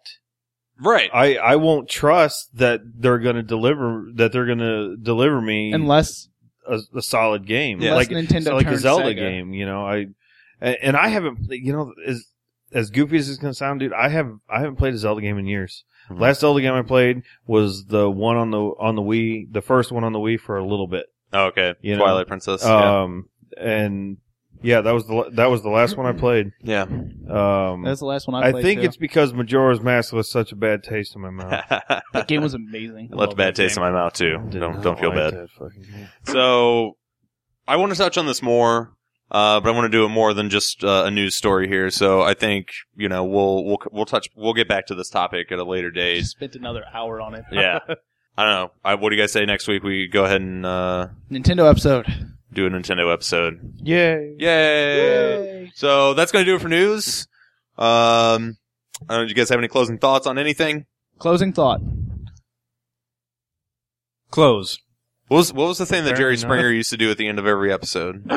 S1: right?
S4: I, I won't trust that they're gonna deliver that they're gonna deliver me
S6: Unless
S4: a, a solid game,
S1: Yeah.
S4: like
S6: Unless Nintendo
S4: so like a
S6: turns
S4: Zelda
S6: Sega.
S4: game. You know, I and and I haven't, you know, as as goofy as it's gonna sound, dude, I have I haven't played a Zelda game in years.
S1: Mhm.
S4: Last Zelda game I played was the one on the on the Wii, the first one on the Wii for a little bit.
S1: Oh, okay,
S4: You know,
S1: Twilight Princess. yeah.
S4: Um, and yeah, that was the that was the last one I played.
S1: Yeah.
S9: Mm.
S4: Um,
S6: that's the last one I,
S4: I
S6: played.
S4: think
S6: too.
S4: it's because Majora's Mask was such a bad taste in my mouth.
S6: that game was amazing.
S1: Left a bad taste in my mouth too.
S4: Did
S1: Don't
S4: not
S1: don't feel
S4: like
S1: bad.
S4: that fucking game.
S1: So I want to touch on this more, uh, but I want to do it more than just uh, a news story here. So I think you know we'll we'll we'll touch we'll get back to this topic at a later
S6: I
S1: date.
S6: spent another hour on it.
S1: Yeah. I don't know. I, what do you guys say next week? We go ahead and uh,
S6: Nintendo episode.
S1: do a Nintendo episode.
S4: Yay!
S1: Yay! So that's gonna do it for news. Um, I don't know. Do you guys have any closing thoughts on anything?
S6: Closing thought.
S7: Close.
S1: What was what was the thing that Jerry
S4: Apparently not.
S1: Springer used to do at the end of every episode?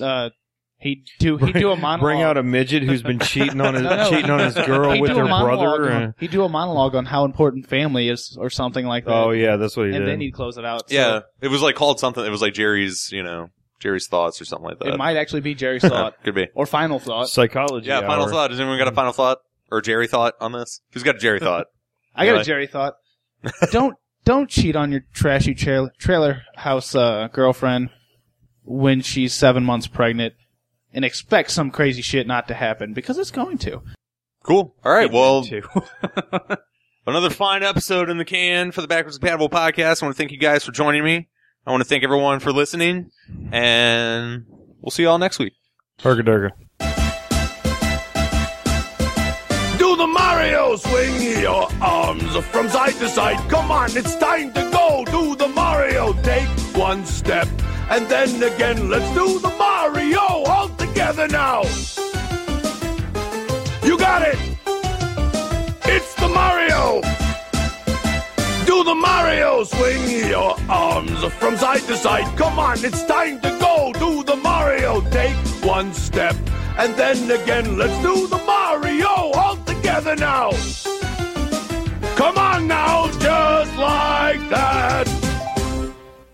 S6: Uh, He'd do he'd do a monologue.
S9: Bring out a midget who's been cheating on his
S6: No, no.
S9: cheating on his girl
S6: He'd
S9: with
S6: do a
S9: her
S6: monologue
S9: brother.
S6: on-
S9: and-
S6: he'd do a monologue on how important family is, or something like that.
S9: oh yeah, that's what he
S6: and
S9: did.
S6: then he'd close it out. So
S1: Yeah, it was like called something. It was like Jerry's, you know, Jerry's thoughts or something like that.
S6: it might actually be Jerry's thought
S1: could be.
S6: or final thought.
S9: Psychology.
S1: Yeah, final
S9: hour.
S1: thought. Has anyone got a final thought or Jerry thought on this? Who's got a Jerry thought?
S6: I got
S1: Really?
S6: a Jerry thought. don't don't cheat on your trashy trail, trailer house uh, girlfriend when she's seven months pregnant, and expect some crazy shit not to happen because it's going to.
S1: Cool. All right. Well,
S6: to.
S1: another fine episode in the can for the Backwards Compatible podcast. I want to thank you guys for joining me. I want to thank everyone for listening, and we'll see you all next week.
S9: Herga derga.
S10: Do the Mario, swing your arms from side to side. Come on, it's time to go. Do the Mario, take one step. And then again, let's do the Mario all together now. You got it. It's the Mario. Do the Mario, swing your arms from side to side. Come on, it's time to go. Do the Mario, take one step. And then again, let's do the Mario all together now.